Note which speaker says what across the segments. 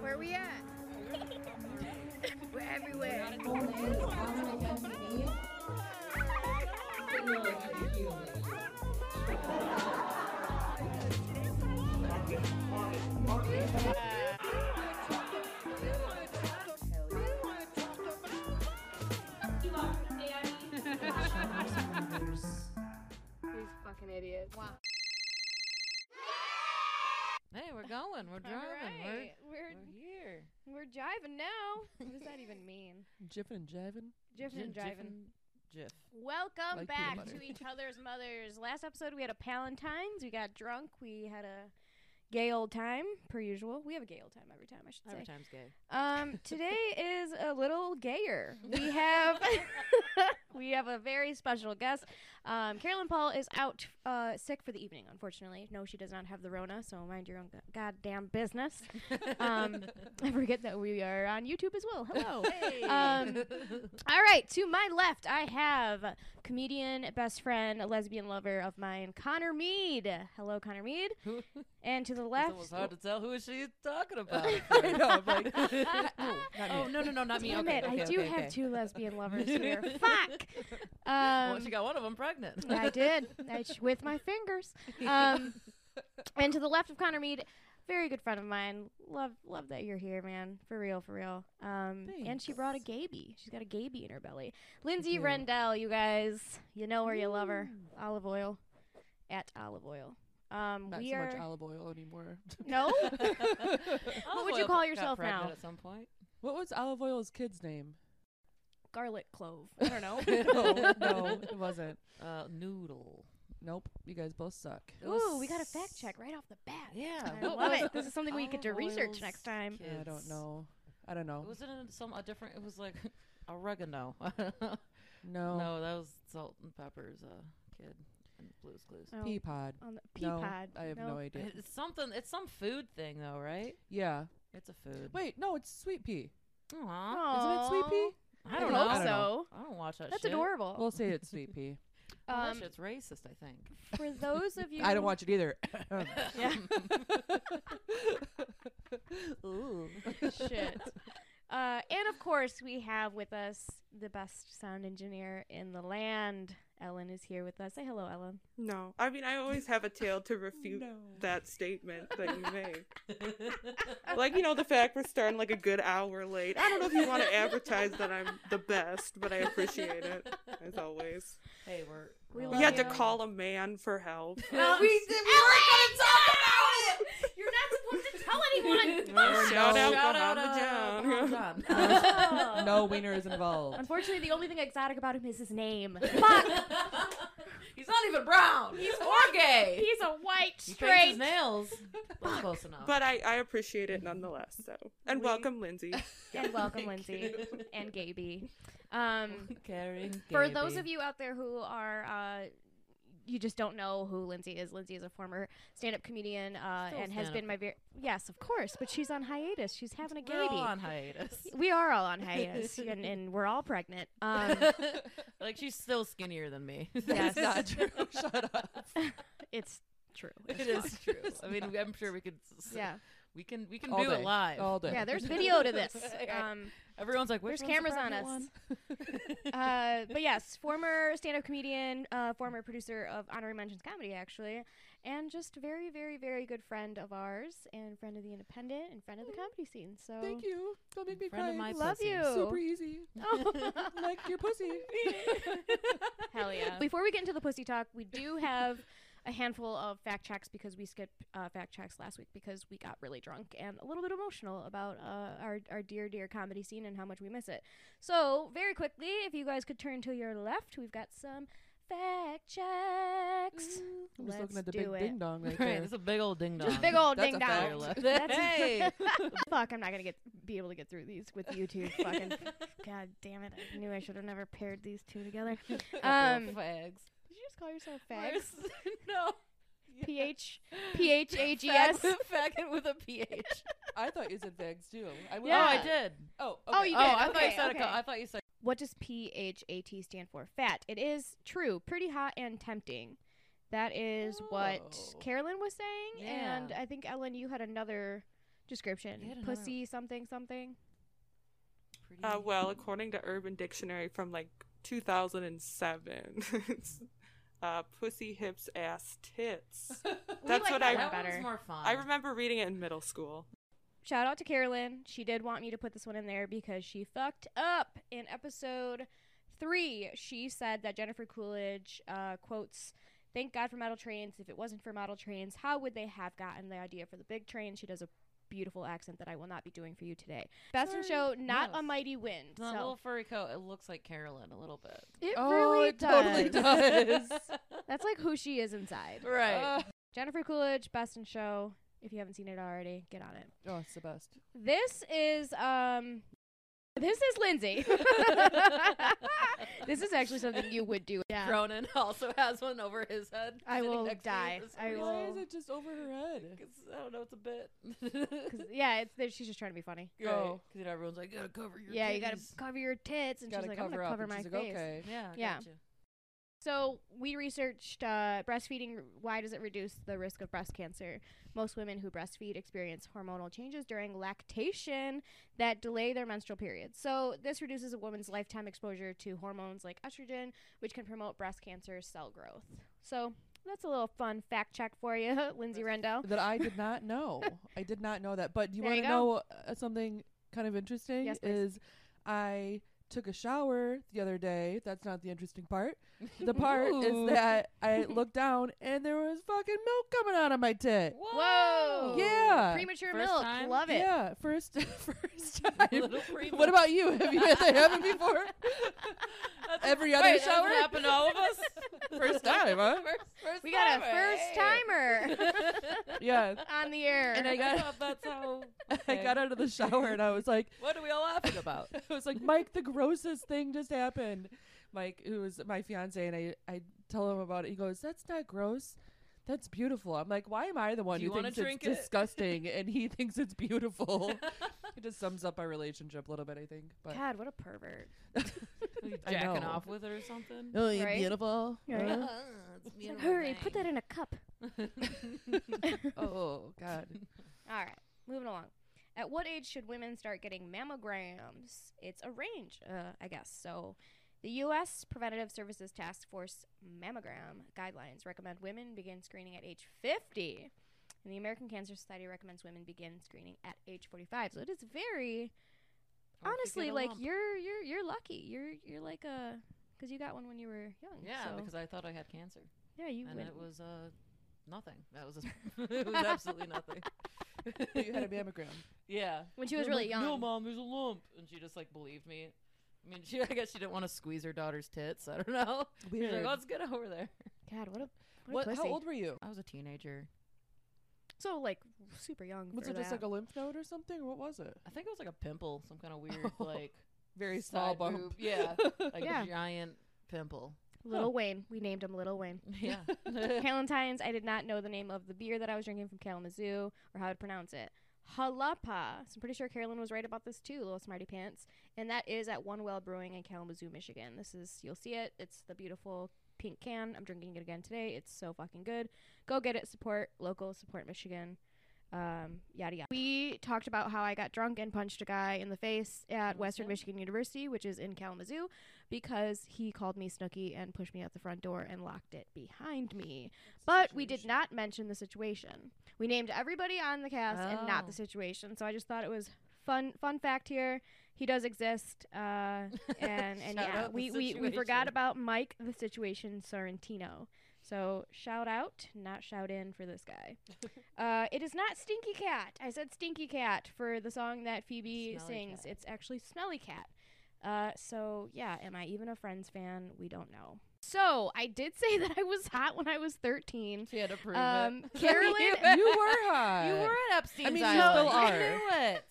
Speaker 1: Where we at? We're everywhere. These fucking idiots. Wow.
Speaker 2: Hey, we're going. We're driving.
Speaker 3: right.
Speaker 2: We're,
Speaker 3: We're
Speaker 2: we're here.
Speaker 3: we're jiving now. What does that even mean?
Speaker 4: Jiffin and jivin.
Speaker 3: Jiffin and jiving.
Speaker 2: Jiff.
Speaker 3: Welcome
Speaker 4: Like peanut
Speaker 3: back
Speaker 4: butter.
Speaker 3: to each other's mothers. Last episode we had a Palentine's. We got drunk. We had a gay old time per usual. We have a gay old time every time, I should say.
Speaker 2: Every time's gay.
Speaker 3: Um, today is a little gayer. We have we have a very special guest. Um, Carolyn Paul is out uh, sick for the evening, unfortunately. No, she does not have the Rona, so mind your own go- goddamn business. Um, I forget that we are on YouTube as well. Hello. Um, all right. To my left, I have comedian, best friend, lesbian lover of mine, Connor Mead. Hello, Connor Mead. and to the
Speaker 2: It was
Speaker 3: left,
Speaker 2: hard to tell who she's talking about.
Speaker 4: I know. I'm like, no, not
Speaker 2: oh
Speaker 4: me.
Speaker 2: no no no not me.
Speaker 3: Damn
Speaker 2: okay,
Speaker 3: it,
Speaker 2: okay,
Speaker 3: I do
Speaker 2: okay,
Speaker 3: have
Speaker 2: okay.
Speaker 3: two lesbian lovers here. Fuck. Um,
Speaker 2: well, she got one of them pregnant.
Speaker 3: I did. I sh- with my fingers. Um, and to the left of Connor Mead, very good friend of mine. Love, love that you're here, man. For real, for real. Um, and she brought a gaby. She's got a gaby in her belly. Lindsay Rendell, you guys, you know where you love her. Olive oil, at olive oil. Um,
Speaker 4: Not
Speaker 3: we
Speaker 4: so
Speaker 3: are
Speaker 4: much olive oil anymore.
Speaker 3: no.
Speaker 2: Olive
Speaker 3: would you
Speaker 2: oil
Speaker 3: call
Speaker 2: got
Speaker 3: yourself
Speaker 2: pregnant
Speaker 3: now?
Speaker 2: At some point.
Speaker 4: what was olive oil's kid's name?
Speaker 3: garlic clove. I don't know.
Speaker 4: no, no, it wasn't.
Speaker 2: Uh, noodle.
Speaker 4: Nope. You guys both suck.
Speaker 2: It
Speaker 3: Ooh,
Speaker 2: was-
Speaker 3: we got a fact check right off the bat.
Speaker 2: Yeah,
Speaker 3: I
Speaker 2: what
Speaker 3: love
Speaker 2: was
Speaker 3: it. This is something we could do
Speaker 2: olive
Speaker 3: research
Speaker 2: oil's
Speaker 3: next time.
Speaker 4: I don't
Speaker 2: kids?
Speaker 4: know. I don't know.
Speaker 2: Was it in some a different? It was like oregano.
Speaker 4: no.
Speaker 2: no, that was Salt and Pepper's uh, kid in Blue's Clues.
Speaker 3: Oh,
Speaker 4: Pea pod.
Speaker 3: on the pea
Speaker 4: No,
Speaker 3: pod.
Speaker 4: I have no, idea.
Speaker 2: It's something. It's some food thing though, right?
Speaker 4: Yeah.
Speaker 2: It's a food.
Speaker 4: Wait, no, it's sweet pea.
Speaker 2: Aw,
Speaker 4: Isn't it
Speaker 3: Aw.
Speaker 4: sweet pea?
Speaker 2: I don't know.
Speaker 3: I hope
Speaker 2: I don't,
Speaker 3: so.
Speaker 2: watch that.
Speaker 3: That's
Speaker 2: shit.
Speaker 3: adorable.
Speaker 4: We'll say it's sweet pea.
Speaker 2: Well, that
Speaker 3: Um,
Speaker 2: shit's racist. I think.
Speaker 3: for those of you,
Speaker 4: I don't watch it either.
Speaker 3: Yeah,
Speaker 2: Ooh.
Speaker 3: shit. Uh, and of course, we have with us the best sound engineer in the land. Ellen is here with us. Say hello, Ellen.
Speaker 5: No. I mean, I always have a tale to refute that statement that you made. like, you know, the fact we're starting like a good hour late. I don't know if you want to advertise that I'm the best, but I appreciate it, as always.
Speaker 2: Hey, we're.
Speaker 3: We
Speaker 2: we're
Speaker 3: love
Speaker 5: You had to
Speaker 3: Yeah.
Speaker 5: call a man for help.
Speaker 2: we did. We were gonna talk about it.
Speaker 3: You're not supposed to tell anyone.
Speaker 5: Shout out
Speaker 2: Shout out,
Speaker 5: Muhammad
Speaker 2: uh,
Speaker 5: John.
Speaker 2: John.
Speaker 4: no wiener is involved.
Speaker 3: Unfortunately, the only thing exotic about him is his name. Fuck,
Speaker 2: He's not even brown. He's or gay.
Speaker 3: he's a white
Speaker 2: He paints
Speaker 3: straight.
Speaker 2: his nails. That's close enough.
Speaker 5: But I, I appreciate it nonetheless. So, and welcome, Lindsay.
Speaker 3: and welcome, Lindsay and Gaby. Um,
Speaker 2: Caring.
Speaker 3: For those of you out there who are, uh, you just don't know who Lindsay is. Lindsay is a former stand-up comedian uh,
Speaker 2: Still
Speaker 3: and has been
Speaker 2: stand-up.
Speaker 3: my very yes, of course. But she's on hiatus. She's having a
Speaker 2: we're
Speaker 3: baby.
Speaker 2: all on hiatus.
Speaker 3: We are all on hiatus, and, and we're all pregnant. Um,
Speaker 2: like she's still skinnier than me.
Speaker 3: yes,
Speaker 4: Shut up.
Speaker 3: it's true.
Speaker 2: it is true. I mean, I'm sure we could. s-
Speaker 3: Yeah,
Speaker 2: we can. We can
Speaker 4: All
Speaker 2: do
Speaker 4: day.
Speaker 2: it live.
Speaker 4: All day.
Speaker 3: yeah. There's video to this.
Speaker 2: Okay.
Speaker 3: Um,
Speaker 2: Everyone's like,
Speaker 3: there's
Speaker 2: "Which one's the
Speaker 3: cameras on us.
Speaker 2: pregnant one?"
Speaker 3: uh, but yes, former stand-up comedian, uh, former producer of Honorary Mentions Comedy, actually, and just very, very, very good friend of ours, and friend of the Independent, and friend of the comedy scene. So
Speaker 4: Thank you. Don't make me
Speaker 2: Friend of my
Speaker 4: cry.
Speaker 3: Love
Speaker 2: pussy.
Speaker 3: you.
Speaker 4: Super easy. like your pussy.
Speaker 3: Hell yeah. Before we get into the pussy talk, we do have a handful of fact checks because we skipped uh, fact checks last week because we got really drunk and a little bit emotional about uh, our, our dear, dear comedy scene and how much we miss it. So, very quickly, if you guys could turn to your left, we've got some fact checks.
Speaker 4: I'm
Speaker 3: Let's
Speaker 4: just looking at the
Speaker 3: do
Speaker 4: big
Speaker 3: it.
Speaker 4: ding dong right
Speaker 2: Right,
Speaker 4: there.
Speaker 2: it's a big old ding dong.
Speaker 3: Just big old
Speaker 4: That's
Speaker 3: ding
Speaker 4: a fact.
Speaker 3: dong.
Speaker 2: Fair
Speaker 3: That's-
Speaker 2: Hey,
Speaker 3: Fuck, I'm not gonna get be able to get through these with you two. Fucking god damn it! I knew I should have never paired these two together. Um,
Speaker 2: Couple of fags.
Speaker 3: did you just call yourself fags?
Speaker 2: Fags. no.
Speaker 3: P H P H A G S.
Speaker 2: Fag- Faggot with a ph.
Speaker 4: I thought you said fags too. I would-
Speaker 3: Yeah.
Speaker 2: Oh, I did.
Speaker 4: Oh, okay.
Speaker 3: Oh, you
Speaker 2: Oh,
Speaker 3: did.
Speaker 2: I thought
Speaker 3: Okay,
Speaker 2: you said.
Speaker 3: okay.
Speaker 2: A co- I thought you said.
Speaker 3: What does P H A T stand for? Fat. It is true. Pretty hot and tempting. That is what
Speaker 4: Oh.
Speaker 3: Carolyn was saying, and
Speaker 2: Yeah.
Speaker 3: I think Ellen, you had another description.
Speaker 2: Yet another-
Speaker 3: Pussy something something.
Speaker 2: Pretty.
Speaker 5: Uh, well, according to Urban Dictionary from like 2007, it's uh, pussy, hips, ass, tits. That's
Speaker 3: like
Speaker 5: what
Speaker 3: that
Speaker 5: I
Speaker 3: one
Speaker 2: that
Speaker 3: better.
Speaker 2: one's more fun.
Speaker 5: I remember reading it in middle school.
Speaker 3: Shout out to Carolyn. She did want me to put this one in there because she fucked up in episode three. She said that Jennifer Coolidge uh, quotes, "Thank God for model trains. If it wasn't for model trains, how would they have gotten the idea for the big train?" She does a beautiful accent that I will not be doing for you today. Best in show,
Speaker 2: Sorry.
Speaker 3: not
Speaker 2: Yes.
Speaker 3: a mighty wind.
Speaker 2: The
Speaker 3: so-
Speaker 2: little furry coat. It looks like Carolyn a little bit.
Speaker 3: It
Speaker 4: Oh,
Speaker 3: really
Speaker 4: it
Speaker 3: does.
Speaker 4: totally does.
Speaker 3: That's like who she is inside.
Speaker 2: right.
Speaker 4: Uh,
Speaker 3: Jennifer Coolidge, Best in Show. If you haven't seen it already, get on it.
Speaker 4: oh, it's the best.
Speaker 3: This is um this is Lindsay. this is actually something you would do. Uh, Yeah.
Speaker 2: Cronin also has one over his head.
Speaker 3: I
Speaker 2: sitting
Speaker 3: will
Speaker 2: next to me
Speaker 3: die.
Speaker 2: this
Speaker 3: I
Speaker 2: week.
Speaker 4: Why is
Speaker 3: will-
Speaker 4: it just over her head?
Speaker 2: 'Cause I don't know. It's a bit.
Speaker 3: 'Cause- yeah, it's that she's just trying to be funny.
Speaker 2: Go. Because everyone's like, gotta cover your.
Speaker 3: yeah, you gotta
Speaker 2: titties."
Speaker 3: cover your tits, and she's
Speaker 4: Gotta
Speaker 3: like, I'm
Speaker 4: cover
Speaker 3: gonna
Speaker 4: up.
Speaker 3: cover
Speaker 4: and
Speaker 3: my
Speaker 4: she's
Speaker 3: face.
Speaker 4: like, okay.
Speaker 2: Yeah.
Speaker 3: Yeah.
Speaker 2: Gotcha.
Speaker 3: So we researched uh, breastfeeding. Why does it reduce the risk of breast cancer? Most women who breastfeed experience hormonal changes during lactation that delay their menstrual period. So this reduces a woman's lifetime exposure to hormones like estrogen, which can promote breast cancer cell growth. So that's a little fun fact check for you, Lindsay Rendell.
Speaker 4: That I did not know. I did not know that. But do you
Speaker 3: There
Speaker 4: want
Speaker 3: you
Speaker 4: to know uh, something kind of interesting?
Speaker 3: Yes, please.
Speaker 4: is I took a shower the other day. That's not the interesting part. The part
Speaker 2: Ooh.
Speaker 4: is that I looked down and there was fucking milk coming out of my tit.
Speaker 3: Whoa!
Speaker 4: Yeah.
Speaker 3: Premature
Speaker 2: First
Speaker 3: milk,
Speaker 2: time?
Speaker 3: love it.
Speaker 4: Yeah, first first time.
Speaker 2: Little preview.
Speaker 4: What about you? Have you had that happen before? Every other
Speaker 2: Wait, that's
Speaker 4: shower?
Speaker 2: happened to all of us.
Speaker 4: First time, huh?
Speaker 2: First- first
Speaker 3: We got a
Speaker 2: time,
Speaker 3: first
Speaker 2: hey.
Speaker 3: timer
Speaker 4: Yeah.
Speaker 3: on the air.
Speaker 4: And I
Speaker 2: I
Speaker 4: got
Speaker 2: thought that's how.
Speaker 4: I
Speaker 2: Okay.
Speaker 4: got out of the shower and I was like,
Speaker 2: What are we all laughing about?
Speaker 4: I was like, Mike, the grossest thing just happened. Mike, who was my fiance, and I, I tell him about it. He goes, That's not gross. That's beautiful. I'm like, Why am I the one
Speaker 2: Do you
Speaker 4: who
Speaker 2: wanna
Speaker 4: thinks
Speaker 2: drink it?"
Speaker 4: it's disgusting and he thinks it's beautiful? it just sums up our relationship a little bit, I think. But
Speaker 3: God, what a pervert.
Speaker 2: Are you
Speaker 4: I
Speaker 2: jacking
Speaker 4: know.
Speaker 2: off with it or something?
Speaker 4: Oh, you're
Speaker 3: Right?
Speaker 4: beautiful.
Speaker 3: Right?
Speaker 4: huh?
Speaker 2: it's
Speaker 3: It's
Speaker 2: me
Speaker 3: like,
Speaker 2: and my
Speaker 3: hurry, put
Speaker 2: thing.
Speaker 3: that in a cup.
Speaker 4: Oh, God.
Speaker 3: All right, moving along. At what age should women start getting mammograms? It's a range, uh, I guess. So, the U.S. Preventative Services Task Force mammogram guidelines recommend women begin screening at age 50. And the American Cancer Society recommends women begin screening at age 45. So it is very
Speaker 2: Or if you
Speaker 3: honestly
Speaker 2: get a
Speaker 3: like
Speaker 2: lump.
Speaker 3: you're you're you're lucky. You're you're like a because you got one when you were young.
Speaker 2: Yeah,
Speaker 3: so-
Speaker 2: because I thought I had cancer,
Speaker 3: yeah, you
Speaker 2: and
Speaker 3: went.
Speaker 2: it was uh nothing. That was a, it was absolutely nothing.
Speaker 4: you had a mammogram.
Speaker 2: yeah,
Speaker 3: When she was
Speaker 2: They're
Speaker 3: really
Speaker 2: like, No,
Speaker 3: young.
Speaker 2: mom, there's a lump, and she just like believed me. I mean, she I guess she didn't want to squeeze her daughter's tits. I don't know. She's like,
Speaker 4: Weird.
Speaker 2: let's get over there.
Speaker 3: God, what a what,
Speaker 4: "Oh, What,
Speaker 3: a
Speaker 4: how
Speaker 3: pussy.
Speaker 4: old were you?
Speaker 2: I was a teenager.
Speaker 3: So like super young.
Speaker 4: Was
Speaker 3: for
Speaker 4: it just
Speaker 3: that.
Speaker 4: like a lymph node or something? What was it?
Speaker 2: I think it was like a pimple, some kind of weird
Speaker 4: Oh,
Speaker 2: like
Speaker 4: Very
Speaker 2: side boob. Yeah, like
Speaker 3: Yeah.
Speaker 2: a giant pimple.
Speaker 3: Little Wayne. We named him Little Wayne.
Speaker 2: Yeah.
Speaker 3: Calentine's. I did not know the name of the beer that I was drinking from Kalamazoo or how to pronounce it. Jalapa. So I'm pretty sure Carolyn was right about this too, little smarty pants. And that is at One Well Brewing in Kalamazoo, Michigan. This is you'll see it. It's the beautiful pink can. I'm drinking it again today. It's so fucking good. Go get it. Support local. Support Michigan. Um, yada yada. We talked about how I got drunk and punched a guy in the face at Western
Speaker 2: Awesome.
Speaker 3: Michigan University, which is in Kalamazoo, because he called me Snooky and pushed me out the front door and locked it behind me. But we did
Speaker 2: Situation.
Speaker 3: not mention the situation. We named everybody on the cast and not the
Speaker 2: Oh.
Speaker 3: situation. So I just thought it was fun. Fun fact here: he does exist. Uh, and and
Speaker 2: Shout
Speaker 3: yeah,
Speaker 2: out the
Speaker 3: we, we, we
Speaker 2: situation.
Speaker 3: forgot about Mike the Situation Sorrentino. So shout out, not shout in for this guy. uh, it is not Stinky Cat. I said Stinky Cat for the song that Phoebe
Speaker 2: Smelly
Speaker 3: sings.
Speaker 2: Cat.
Speaker 3: It's actually Smelly Cat. Uh, so yeah, am I even a Friends fan? We don't know. So I did say that I was hot when I was thirteen.
Speaker 2: She had to prove
Speaker 3: Um,
Speaker 2: it.
Speaker 3: Carolyn-
Speaker 2: you,
Speaker 4: You were hot.
Speaker 2: you were at Epstein's
Speaker 4: mean, you
Speaker 2: Island.
Speaker 4: still
Speaker 2: I
Speaker 4: are.
Speaker 2: knew it.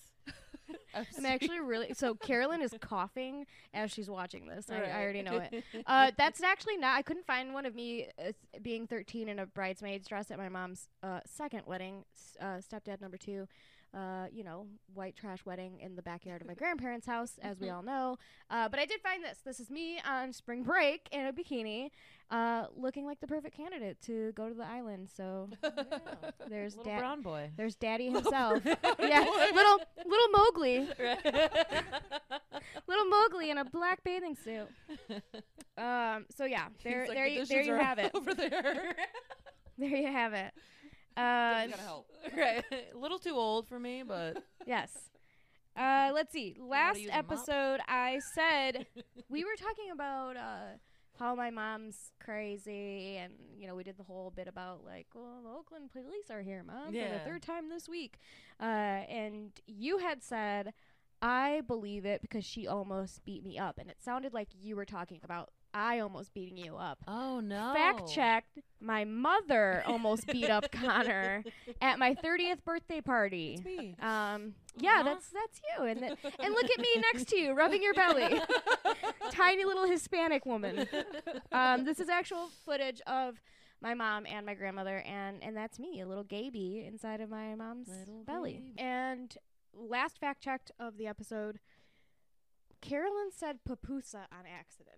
Speaker 3: I'm actually really so. Carolyn is coughing as she's watching this. I, I
Speaker 2: Right.
Speaker 3: already know it. Uh, that's actually not. I couldn't find one of me uh, being 13 in a bridesmaid's dress at my mom's uh, second wedding, s- uh, stepdad number two. uh, you know, white trash wedding in the backyard of my grandparents' house, as
Speaker 4: Mm-hmm.
Speaker 3: we all know. Uh, but I did find this. This is me on spring break in a bikini, uh, looking like the perfect candidate to go to the island. So there's
Speaker 2: Little
Speaker 3: dad.
Speaker 2: brown boy.
Speaker 3: There's daddy himself. yeah, little little Mowgli, little Mowgli in a black bathing suit. Um, so yeah, there
Speaker 4: He's like,
Speaker 3: there
Speaker 4: "The
Speaker 3: you,
Speaker 4: dishes
Speaker 3: there you
Speaker 4: are
Speaker 3: have it.
Speaker 4: Over there.
Speaker 3: There you have it. Uh,
Speaker 4: gotta help.
Speaker 2: right. A little too old for me, but
Speaker 3: yes. Uh, let's see. Last
Speaker 2: use a mop?
Speaker 3: episode, I said we were talking about uh, how my mom's crazy, and you know, we did the whole bit about like, well, the Oakland police are here, mom, for the
Speaker 2: Yeah.
Speaker 3: third time this week. Uh, and you had said, I believe it because she almost beat me up, and it sounded like you were talking about I almost beating you up.
Speaker 2: oh no.
Speaker 3: Fact checked. My mother almost beat up Connor at my 30th birthday party.
Speaker 4: It's me.
Speaker 3: Um, yeah,
Speaker 2: Aw.
Speaker 3: that's that's you, and th- and look at me next to you, rubbing your belly, tiny little Hispanic woman. Um, this is actual footage of my mom and my grandmother, and and that's me, a little gaby inside of my mom's
Speaker 2: Little
Speaker 3: belly.
Speaker 2: babe.
Speaker 3: And last fact checked of the episode, Carolyn said papusa on accident.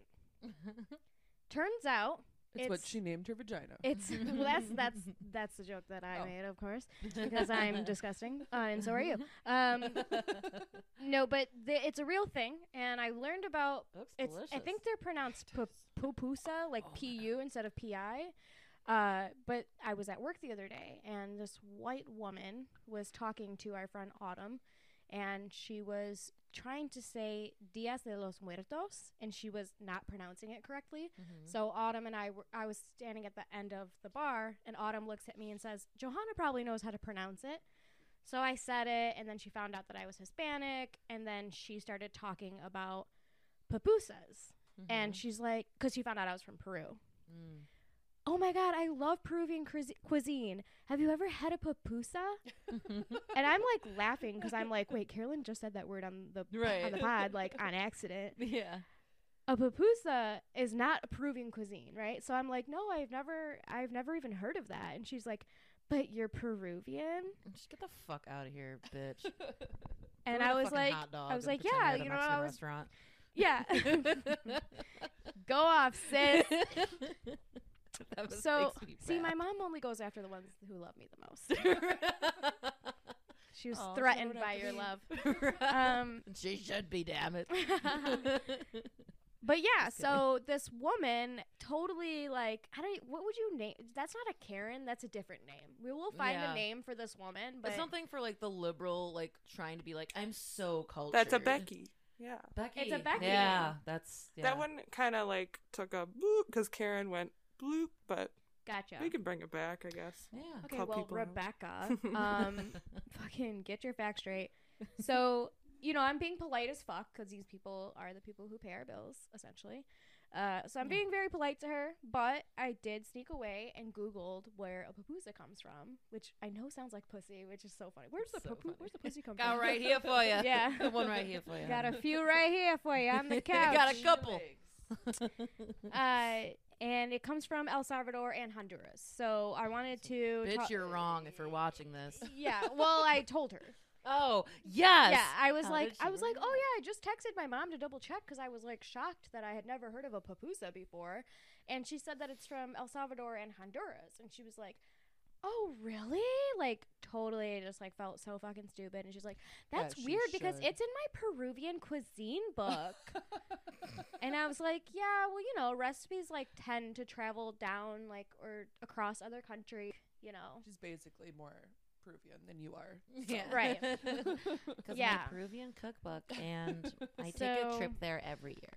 Speaker 3: Turns out
Speaker 4: It's, what
Speaker 3: it's-
Speaker 4: she named her vagina.
Speaker 3: it's well, that's that's that's the joke that I
Speaker 4: Oh.
Speaker 3: made, of course, because I'm disgusting, uh, and so are you. Um, no, but th- it's a real thing, and I learned about.
Speaker 2: Looks
Speaker 3: It's.
Speaker 2: delicious.
Speaker 3: I think they're pronounced pu- pupusa, like pu instead of pi. Uh, but I was at work the other day, and this white woman was talking to our friend Autumn, and she was trying to say Dias de los Muertos, and she was not pronouncing it correctly.
Speaker 2: Mm-hmm.
Speaker 3: So Autumn and I were, I was standing at the end of the bar and Autumn looks at me and says, "Johanna probably knows how to pronounce it." So I said it and then she found out that I was Hispanic and then she started talking about pupusas.
Speaker 2: Mm-hmm.
Speaker 3: And she's like cuz she found out I was from Peru.
Speaker 2: Mm.
Speaker 3: Oh my god, I love Peruvian cuis- cuisine. Have you ever had a pupusa?
Speaker 2: Mm-hmm.
Speaker 3: and I'm like laughing cuz I'm like, "Wait, Carolyn just said that word on the on
Speaker 2: Right.
Speaker 3: the pod like on accident."
Speaker 2: yeah.
Speaker 3: a pupusa is not a Peruvian cuisine, right? So I'm like, no, I've never, I've never even heard of that. And she's like, but you're Peruvian,
Speaker 2: Just get the fuck out of here, bitch. Throw
Speaker 3: and
Speaker 2: in
Speaker 3: I
Speaker 2: a
Speaker 3: was
Speaker 2: fucking
Speaker 3: like,
Speaker 2: hot dog
Speaker 3: I was
Speaker 2: and
Speaker 3: like,
Speaker 2: pretend
Speaker 3: yeah,
Speaker 2: you're at a
Speaker 3: you know,
Speaker 2: Mexican
Speaker 3: I was,
Speaker 2: restaurant.
Speaker 3: yeah, go off, sis.
Speaker 2: That was-
Speaker 3: So,
Speaker 2: makes me
Speaker 3: See, my
Speaker 2: mad.
Speaker 3: mom only goes after the ones who love me the most. She was
Speaker 4: Aw, so
Speaker 3: threatened
Speaker 4: what
Speaker 3: by
Speaker 4: happened
Speaker 3: your
Speaker 4: to
Speaker 3: love. Um,
Speaker 2: she should be, damn it.
Speaker 3: But yeah,
Speaker 2: Just kidding.
Speaker 3: so this woman totally like I don't. e, What would you name? That's not a Karen. That's a different name. We will find
Speaker 2: Yeah.
Speaker 3: a name for this woman. But
Speaker 2: But something for like the liberal, like trying to be like, I'm so cultured.
Speaker 5: That's a Becky. Yeah.
Speaker 2: Becky.
Speaker 3: It's a Becky.
Speaker 2: Yeah, that's yeah.
Speaker 5: That one kind of like took a bloop because Karen went bloop, but
Speaker 3: gotcha.
Speaker 5: we can bring it back, I guess.
Speaker 2: Yeah.
Speaker 3: Okay,
Speaker 5: call
Speaker 3: well,
Speaker 5: people out.
Speaker 3: Rebecca, um, fucking get your facts straight. So, you know, I'm being polite as fuck because these people are the people who pay our bills, essentially. Uh, so I'm being very polite to her, but I did sneak away and Googled where a papusa comes from, which I know sounds like pussy, which is so funny. Where's the
Speaker 2: So
Speaker 3: papu-
Speaker 2: funny.
Speaker 3: Where's the pussy come
Speaker 2: Got
Speaker 3: from?
Speaker 2: right here for you.
Speaker 3: Yeah.
Speaker 2: Got one right here for you.
Speaker 3: Got a few right here for you on the couch.
Speaker 2: Got a couple.
Speaker 3: uh, and it comes from El Salvador and Honduras. So I wanted to.
Speaker 2: Bitch,
Speaker 3: talk-
Speaker 2: you're wrong if you're watching this.
Speaker 3: yeah. Well, I told her.
Speaker 2: Oh yes.
Speaker 3: Yeah, I was
Speaker 2: How
Speaker 3: like,
Speaker 2: did
Speaker 3: I
Speaker 2: she
Speaker 3: was like,
Speaker 2: learn
Speaker 3: oh yeah, I just texted my mom to double check because I was like shocked that I had never heard of a papusa before, and she said that it's from El Salvador and Honduras, and she was like, oh really? Like totally, just like felt so fucking stupid, and she's like,
Speaker 4: Yeah,
Speaker 3: that's
Speaker 4: she
Speaker 3: weird because
Speaker 4: should.
Speaker 3: it's in my Peruvian cuisine book, and I was like, yeah, well you know, recipes like tend to travel down like or across other country, you know.
Speaker 4: She's basically more Peruvian than you are.
Speaker 2: Yeah.
Speaker 3: Right.
Speaker 2: Because
Speaker 3: Yeah.
Speaker 2: my Peruvian cookbook, and I take a trip
Speaker 3: So-
Speaker 2: there every year.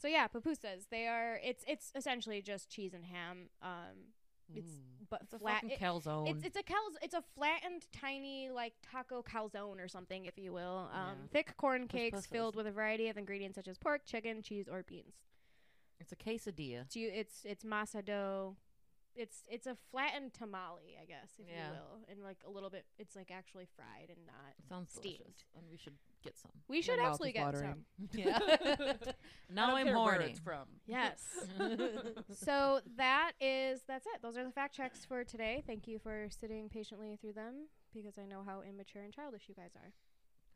Speaker 3: So yeah, pupusas. They are. It's it's essentially just cheese and ham. Um, it's
Speaker 4: Mm.
Speaker 3: but
Speaker 2: It's a
Speaker 3: flat.
Speaker 2: fucking
Speaker 3: it-
Speaker 2: calzone.
Speaker 3: it's it's a calz- It's a flattened, tiny like taco calzone or something, if you will. Um,
Speaker 2: Yeah.
Speaker 3: thick corn cakes
Speaker 2: Puspusas.
Speaker 3: filled with a variety of ingredients such as pork, chicken, cheese, or beans.
Speaker 2: It's a quesadilla.
Speaker 3: So you, it's it's masa dough, it's it's a flattened tamale, I guess, if
Speaker 2: Yeah.
Speaker 3: you will, and like a little bit. It's like actually fried and not.
Speaker 2: Sounds
Speaker 3: Steamed.
Speaker 2: delicious, and we should get some.
Speaker 3: We should
Speaker 4: mouth
Speaker 3: absolutely
Speaker 4: is
Speaker 3: get some.
Speaker 4: watering.
Speaker 2: Yeah.
Speaker 4: I
Speaker 2: now
Speaker 4: don't
Speaker 2: I'm
Speaker 4: care where
Speaker 2: horny.
Speaker 4: it's from.
Speaker 3: Yes.
Speaker 2: Thank
Speaker 3: so that is that's it. Those are the fact checks for today. Thank you for sitting patiently through them because I know how immature and childish you guys are.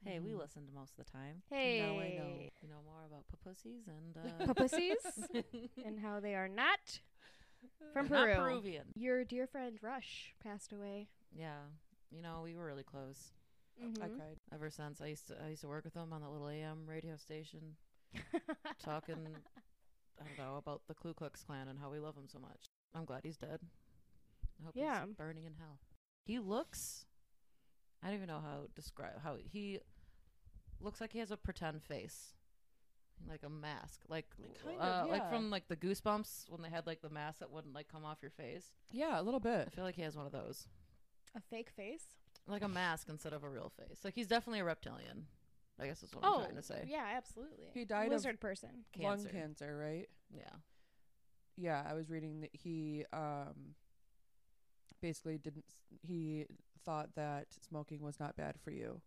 Speaker 2: Hey, we
Speaker 4: Mhm.
Speaker 2: listened most of the time.
Speaker 3: Hey.
Speaker 4: Now I know.
Speaker 2: You know more about pussies and uh,
Speaker 3: Pussies and how they are not from
Speaker 2: not
Speaker 3: Peru.
Speaker 2: Peruvian.
Speaker 3: Your dear friend Rush passed away.
Speaker 2: Yeah, you know we were really close
Speaker 4: I
Speaker 3: Mhm.
Speaker 4: cried.
Speaker 2: ever since I used to I used to work with him on that little AM radio station talking. I don't know about the Ku Klux Klan and how we love him so much. I'm glad he's dead. I hope
Speaker 3: Yeah.
Speaker 2: he's burning in hell. He looks. I don't even know how to describe how he looks like he has a pretend face, like a mask, like
Speaker 4: Kind
Speaker 2: uh,
Speaker 4: of,
Speaker 2: like
Speaker 4: yeah.
Speaker 2: from like the Goosebumps when they had like the mask that wouldn't like come off your face.
Speaker 4: Yeah, a little bit.
Speaker 2: I feel like he has one of those,
Speaker 3: a fake face.
Speaker 2: like a mask instead of a real face. Like he's definitely a reptilian. I guess that's what
Speaker 4: Oh,
Speaker 2: I'm trying to say.
Speaker 3: Oh, yeah, absolutely.
Speaker 4: He died of-
Speaker 3: Lizard person.
Speaker 4: Lung
Speaker 2: Cancer.
Speaker 4: cancer, right?
Speaker 2: Yeah.
Speaker 4: Yeah, I was reading that he um basically didn't s- he thought that smoking was not bad for you.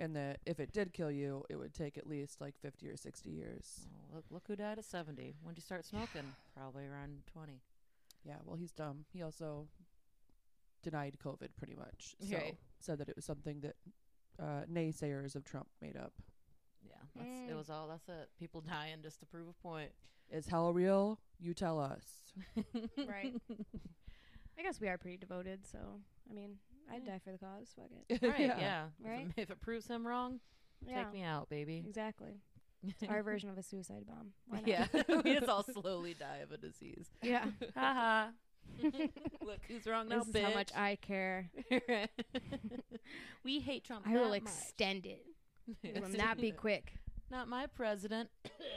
Speaker 4: And that if it did kill you, it would take at least like 50 or 60 years.
Speaker 2: Oh, look, look who died at 70. When did you start smoking? Probably around 20.
Speaker 4: Yeah, well, he's dumb. He also denied COVID pretty much. So
Speaker 2: Right.
Speaker 4: said that it was something that uh, naysayers of Trump made up.
Speaker 2: Yeah, that's, it
Speaker 3: Mm.
Speaker 2: was all. That's it. People dying just to prove a point.
Speaker 4: Is hell real? You tell us.
Speaker 3: Right. I guess we are pretty devoted, so I mean, I'd die for the cause. Fuck it.
Speaker 2: Right. yeah. If it-
Speaker 3: Right?
Speaker 2: If, it proves him wrong,
Speaker 3: Yeah.
Speaker 2: take me out, baby.
Speaker 3: Exactly. It's our version of a suicide bomb. Why not?
Speaker 2: yeah. we just all slowly die of a disease.
Speaker 3: Yeah.
Speaker 2: Ha ha. Look who's wrong now,
Speaker 3: this
Speaker 2: bitch.
Speaker 3: is how much I care.
Speaker 2: we hate Trump.
Speaker 3: I will
Speaker 2: that
Speaker 3: extend it.
Speaker 2: much.
Speaker 3: It will not be quick.
Speaker 2: Not my president.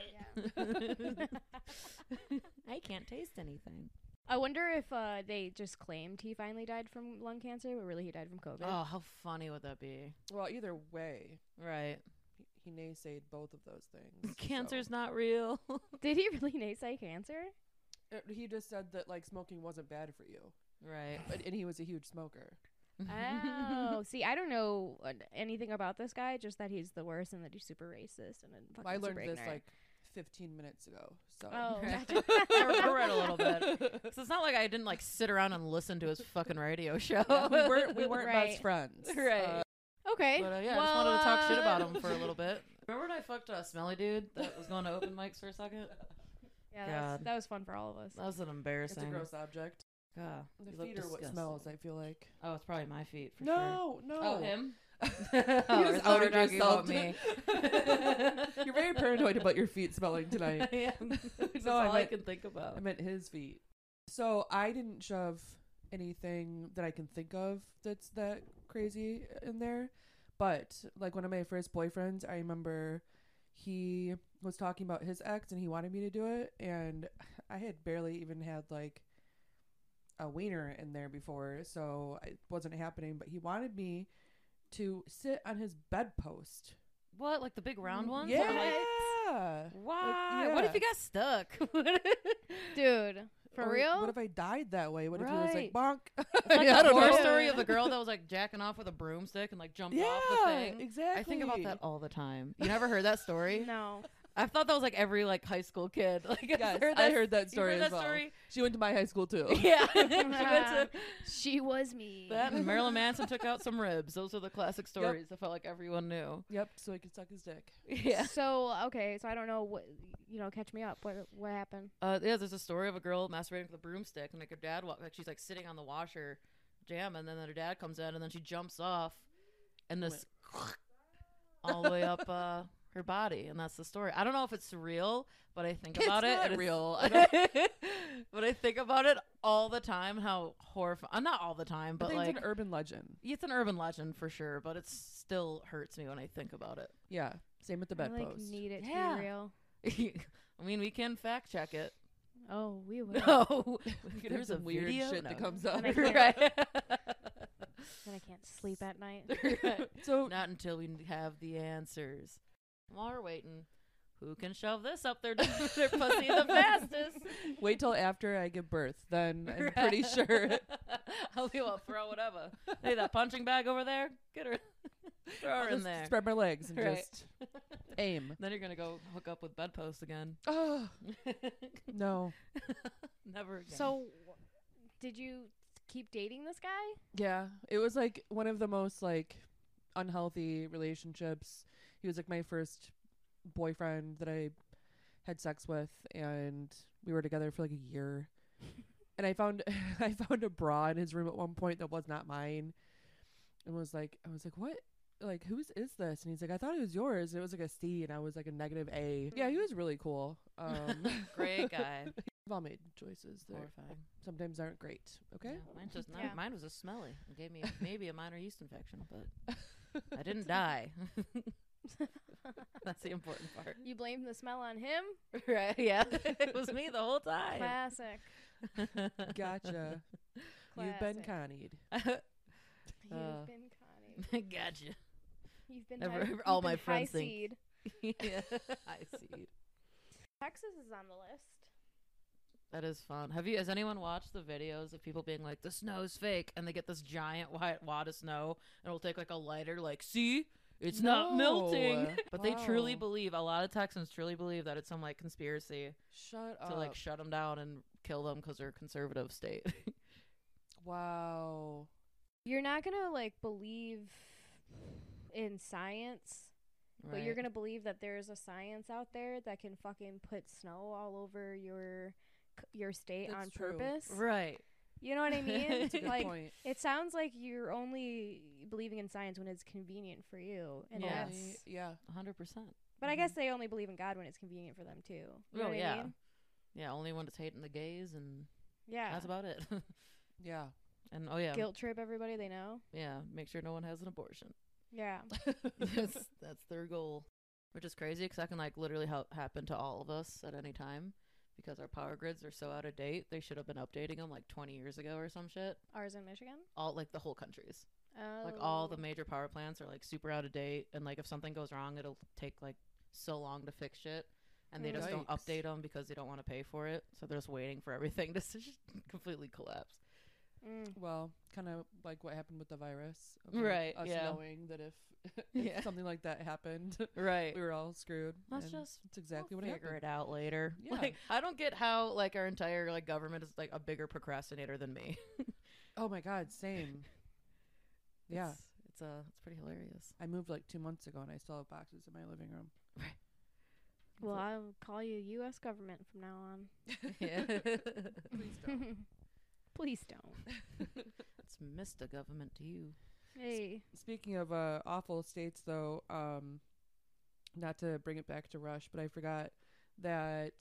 Speaker 2: I can't taste anything.
Speaker 3: I wonder if uh, they just claimed he finally died from lung cancer, but really he died from COVID.
Speaker 2: Oh, how funny would that be?
Speaker 4: Well, either way,
Speaker 2: Right.
Speaker 4: he, he naysayed both of those things. so-
Speaker 2: Cancer's not real.
Speaker 3: Did he really naysay cancer?
Speaker 4: Uh, He just said that like smoking wasn't bad for you,
Speaker 2: right.
Speaker 4: but, and he was a huge smoker.
Speaker 3: oh, see, I don't know uh, anything about this guy. Just that he's the worst and that he's super racist and a fucking
Speaker 4: I learned
Speaker 3: super
Speaker 4: this
Speaker 3: ignorant.
Speaker 4: like 15 minutes ago. So
Speaker 2: Right.
Speaker 3: Oh,
Speaker 2: I regret a little bit. So it's not like I didn't like sit around and listen to his fucking radio show.
Speaker 4: Yeah, we weren't we weren't
Speaker 3: Right.
Speaker 4: best friends,
Speaker 2: Right.
Speaker 4: Uh,
Speaker 3: okay.
Speaker 2: but uh, yeah,
Speaker 3: well,
Speaker 2: I just wanted to talk shit
Speaker 3: uh,
Speaker 2: about him for a little bit. Remember when I fucked a smelly dude that was going to open mics for a second?
Speaker 3: Yeah, that was,
Speaker 2: God.
Speaker 3: that was fun for all of us.
Speaker 2: That was an
Speaker 4: it's a
Speaker 2: embarrassing.
Speaker 4: gross object.
Speaker 2: God,
Speaker 4: The
Speaker 2: you look
Speaker 4: feet are what
Speaker 2: disgusting.
Speaker 4: smells. I feel like.
Speaker 2: Oh, it's probably my feet for sure.
Speaker 4: no, no.
Speaker 2: Oh, him. Oh,
Speaker 4: you
Speaker 2: we're
Speaker 4: just
Speaker 2: sorry,
Speaker 4: outed
Speaker 2: talking
Speaker 4: yourself.
Speaker 2: about me.
Speaker 4: tonight. You're very paranoid about your feet smelling tonight.
Speaker 2: I am. That's
Speaker 4: No, I
Speaker 2: all I
Speaker 4: meant-
Speaker 2: can think about.
Speaker 4: I meant his feet. So I didn't shove anything that I can think of that's that crazy in there. But like one of my first boyfriends, I remember he was talking about his ex and he wanted me to do it and I had barely even had like a wiener in there before, so it wasn't happening, but he wanted me to sit on his bedpost.
Speaker 2: What, like the big round ones?
Speaker 4: Yeah.
Speaker 2: I'm like, Why? What if
Speaker 4: yeah.
Speaker 2: you got stuck?
Speaker 3: Dude, for
Speaker 4: Or
Speaker 3: real?
Speaker 4: What if I died that way? What if he was like
Speaker 2: Right.
Speaker 4: bonk?
Speaker 2: It's like
Speaker 4: Yeah, I
Speaker 2: the
Speaker 4: don't
Speaker 2: horror
Speaker 4: know.
Speaker 2: story of the girl that was like jacking off with a broomstick and like jumped off the thing.
Speaker 4: exactly.
Speaker 2: I think about that all the time. You never heard that story?
Speaker 3: no.
Speaker 2: I thought that was like every like high school kid. Like I
Speaker 4: Yes,
Speaker 2: heard
Speaker 4: I
Speaker 2: that-
Speaker 4: heard that
Speaker 2: you
Speaker 4: story
Speaker 2: heard that
Speaker 4: as well.
Speaker 2: story?
Speaker 4: She went to my high school too.
Speaker 2: Yeah, She went to-
Speaker 3: She was me.
Speaker 2: that and Marilyn Manson took out some ribs. Those are the classic stories. I felt like everyone knew.
Speaker 4: Yep. So he could suck his dick.
Speaker 2: Yeah.
Speaker 3: So okay, so I don't know what you know. Catch me up. What what happened?
Speaker 2: Uh, yeah, there's a story of a girl masturbating with a broomstick, and like her dad walk, like she's like sitting on the washer, jam, and then her dad comes in, and then she jumps off, and this all the way up uh, her body, and that's the story. I don't know if it's real, but I think about it.
Speaker 4: not
Speaker 2: and
Speaker 4: real. I
Speaker 2: but I think about it all the time. How horrifying! Uh, not all the time,
Speaker 4: But
Speaker 2: but like
Speaker 4: it's an urban legend.
Speaker 2: it's an urban legend for sure. But it still hurts me when I think about it.
Speaker 4: Yeah. Same with the
Speaker 3: I like
Speaker 4: bedpost.
Speaker 3: need it to
Speaker 2: Yeah.
Speaker 3: be real.
Speaker 2: I mean, we can fact check it.
Speaker 3: Oh, we will.
Speaker 2: No,
Speaker 4: You could have some weird shit that comes up.
Speaker 3: And I can't- Then I can't sleep at night.
Speaker 2: Right.
Speaker 4: So
Speaker 2: Not until we have the answers. While we're waiting, who can shove this up their, their pussy the fastest?
Speaker 4: Wait till after I give birth, then I'm pretty sure.
Speaker 2: I'll be able to throw whatever. Hey, that punching bag over there, get her, throw her in
Speaker 4: Just
Speaker 2: there.
Speaker 4: Spread my legs and
Speaker 2: Right.
Speaker 4: just aim.
Speaker 2: Then you're gonna go hook up with bedposts again.
Speaker 4: Oh no.
Speaker 2: Never again.
Speaker 3: So, wh- did you keep dating this guy?
Speaker 4: Yeah, it was like one of the most like unhealthy relationships. He was like my first boyfriend that I had sex with, and we were together for like a year. and I found I found a bra in his room at one point that was not mine, and was like I was like what. Like whose is this? And he's like, I thought it was yours. And it was like a C, and I was like a negative A. Yeah, he was really cool. Um,
Speaker 2: great guy.
Speaker 4: We've all made choices that
Speaker 2: Horrifying.
Speaker 4: sometimes aren't great. Okay.
Speaker 2: Yeah, mine's just not,
Speaker 3: Yeah.
Speaker 2: mine was just smelly. It gave me maybe a minor yeast infection, but I didn't die. That's the important part.
Speaker 3: You blame the smell on him?
Speaker 2: Right? Yeah. it was me the whole time.
Speaker 3: Classic.
Speaker 4: Gotcha. You've been connied.
Speaker 3: You've
Speaker 2: Uh,
Speaker 3: been Connie.
Speaker 2: gotcha.
Speaker 3: You've been
Speaker 2: Never-
Speaker 3: high,
Speaker 2: all
Speaker 3: you've been
Speaker 2: my friends
Speaker 3: high
Speaker 2: think-
Speaker 3: seed.
Speaker 2: yeah. I see.
Speaker 3: Texas is on the list.
Speaker 2: That is fun. Have you? Has anyone watched the videos of people being like, "The snow's fake," and they get this giant white wad of snow, and it'll take like a lighter, like, "See, it's not melting."
Speaker 4: No.
Speaker 2: But they truly
Speaker 4: Wow.
Speaker 2: believe. A lot of Texans truly believe that it's some like conspiracy
Speaker 4: Shut up.
Speaker 2: to
Speaker 3: Uh,
Speaker 2: like shut them down and kill them because they're a conservative state.
Speaker 4: wow.
Speaker 3: You're not going to like believe in science, but you're
Speaker 2: Right.
Speaker 3: going to believe that there's a science out there that can fucking put snow all over your c- your state
Speaker 4: That's
Speaker 3: on
Speaker 4: true.
Speaker 3: purpose.
Speaker 2: right.
Speaker 3: You know what I mean?
Speaker 2: That's a
Speaker 4: Good
Speaker 3: like
Speaker 4: point.
Speaker 3: it sounds like you're only believing in science when it's convenient for you. And
Speaker 2: Yeah.
Speaker 3: that's
Speaker 4: Yeah.
Speaker 2: hundred percent.
Speaker 3: But I guess they only believe in God when it's convenient for them too. You know
Speaker 2: Oh
Speaker 3: what
Speaker 2: yeah,
Speaker 3: I mean?
Speaker 2: yeah. Only when it's hating the gays, and
Speaker 3: Yeah.
Speaker 2: that's about it.
Speaker 4: Yeah.
Speaker 2: and oh yeah,
Speaker 3: Guilt trip everybody they know.
Speaker 2: yeah. Make sure no one has an abortion.
Speaker 3: Yeah.
Speaker 2: that's that's their goal, which is crazy because that can like literally ha- happen to all of us at any time because our power grids are so out of date. They should have been updating them like 20 years ago or some shit.
Speaker 3: Ours in Michigan.
Speaker 2: All like the whole countries,
Speaker 3: Oh.
Speaker 2: like all the major power plants are like super out of date, and like if something goes wrong, it'll take like so long to fix shit. And they just don't
Speaker 4: Yikes.
Speaker 2: update them because they don't want to pay for it. So they're just waiting for everything to s- just completely collapse.
Speaker 3: Mm.
Speaker 4: Well, kind of like what happened with the virus. of, like,
Speaker 2: Right,
Speaker 4: Us
Speaker 2: yeah.
Speaker 4: knowing that if, if
Speaker 2: Yeah.
Speaker 4: something like that happened,
Speaker 2: Right.
Speaker 4: we were all screwed.
Speaker 2: Let's
Speaker 4: and
Speaker 2: just
Speaker 4: It's exactly
Speaker 2: we'll
Speaker 4: what
Speaker 2: figure it
Speaker 4: happened.
Speaker 2: out later.
Speaker 4: Yeah.
Speaker 2: Like I don't get how like our entire like government is like a bigger procrastinator than me.
Speaker 4: Oh my God. Same. yeah.
Speaker 2: It's, it's uh it's pretty hilarious.
Speaker 4: I moved like two months ago and I still have boxes in my living room.
Speaker 3: Well, I'll call you U.S. government from now on.
Speaker 2: Yeah.
Speaker 4: Please don't.
Speaker 3: Please don't.
Speaker 2: it's Mr. Government to you.
Speaker 3: Hey.
Speaker 4: Speaking of uh, awful states, though, um, not to bring it back to Rush, but I forgot that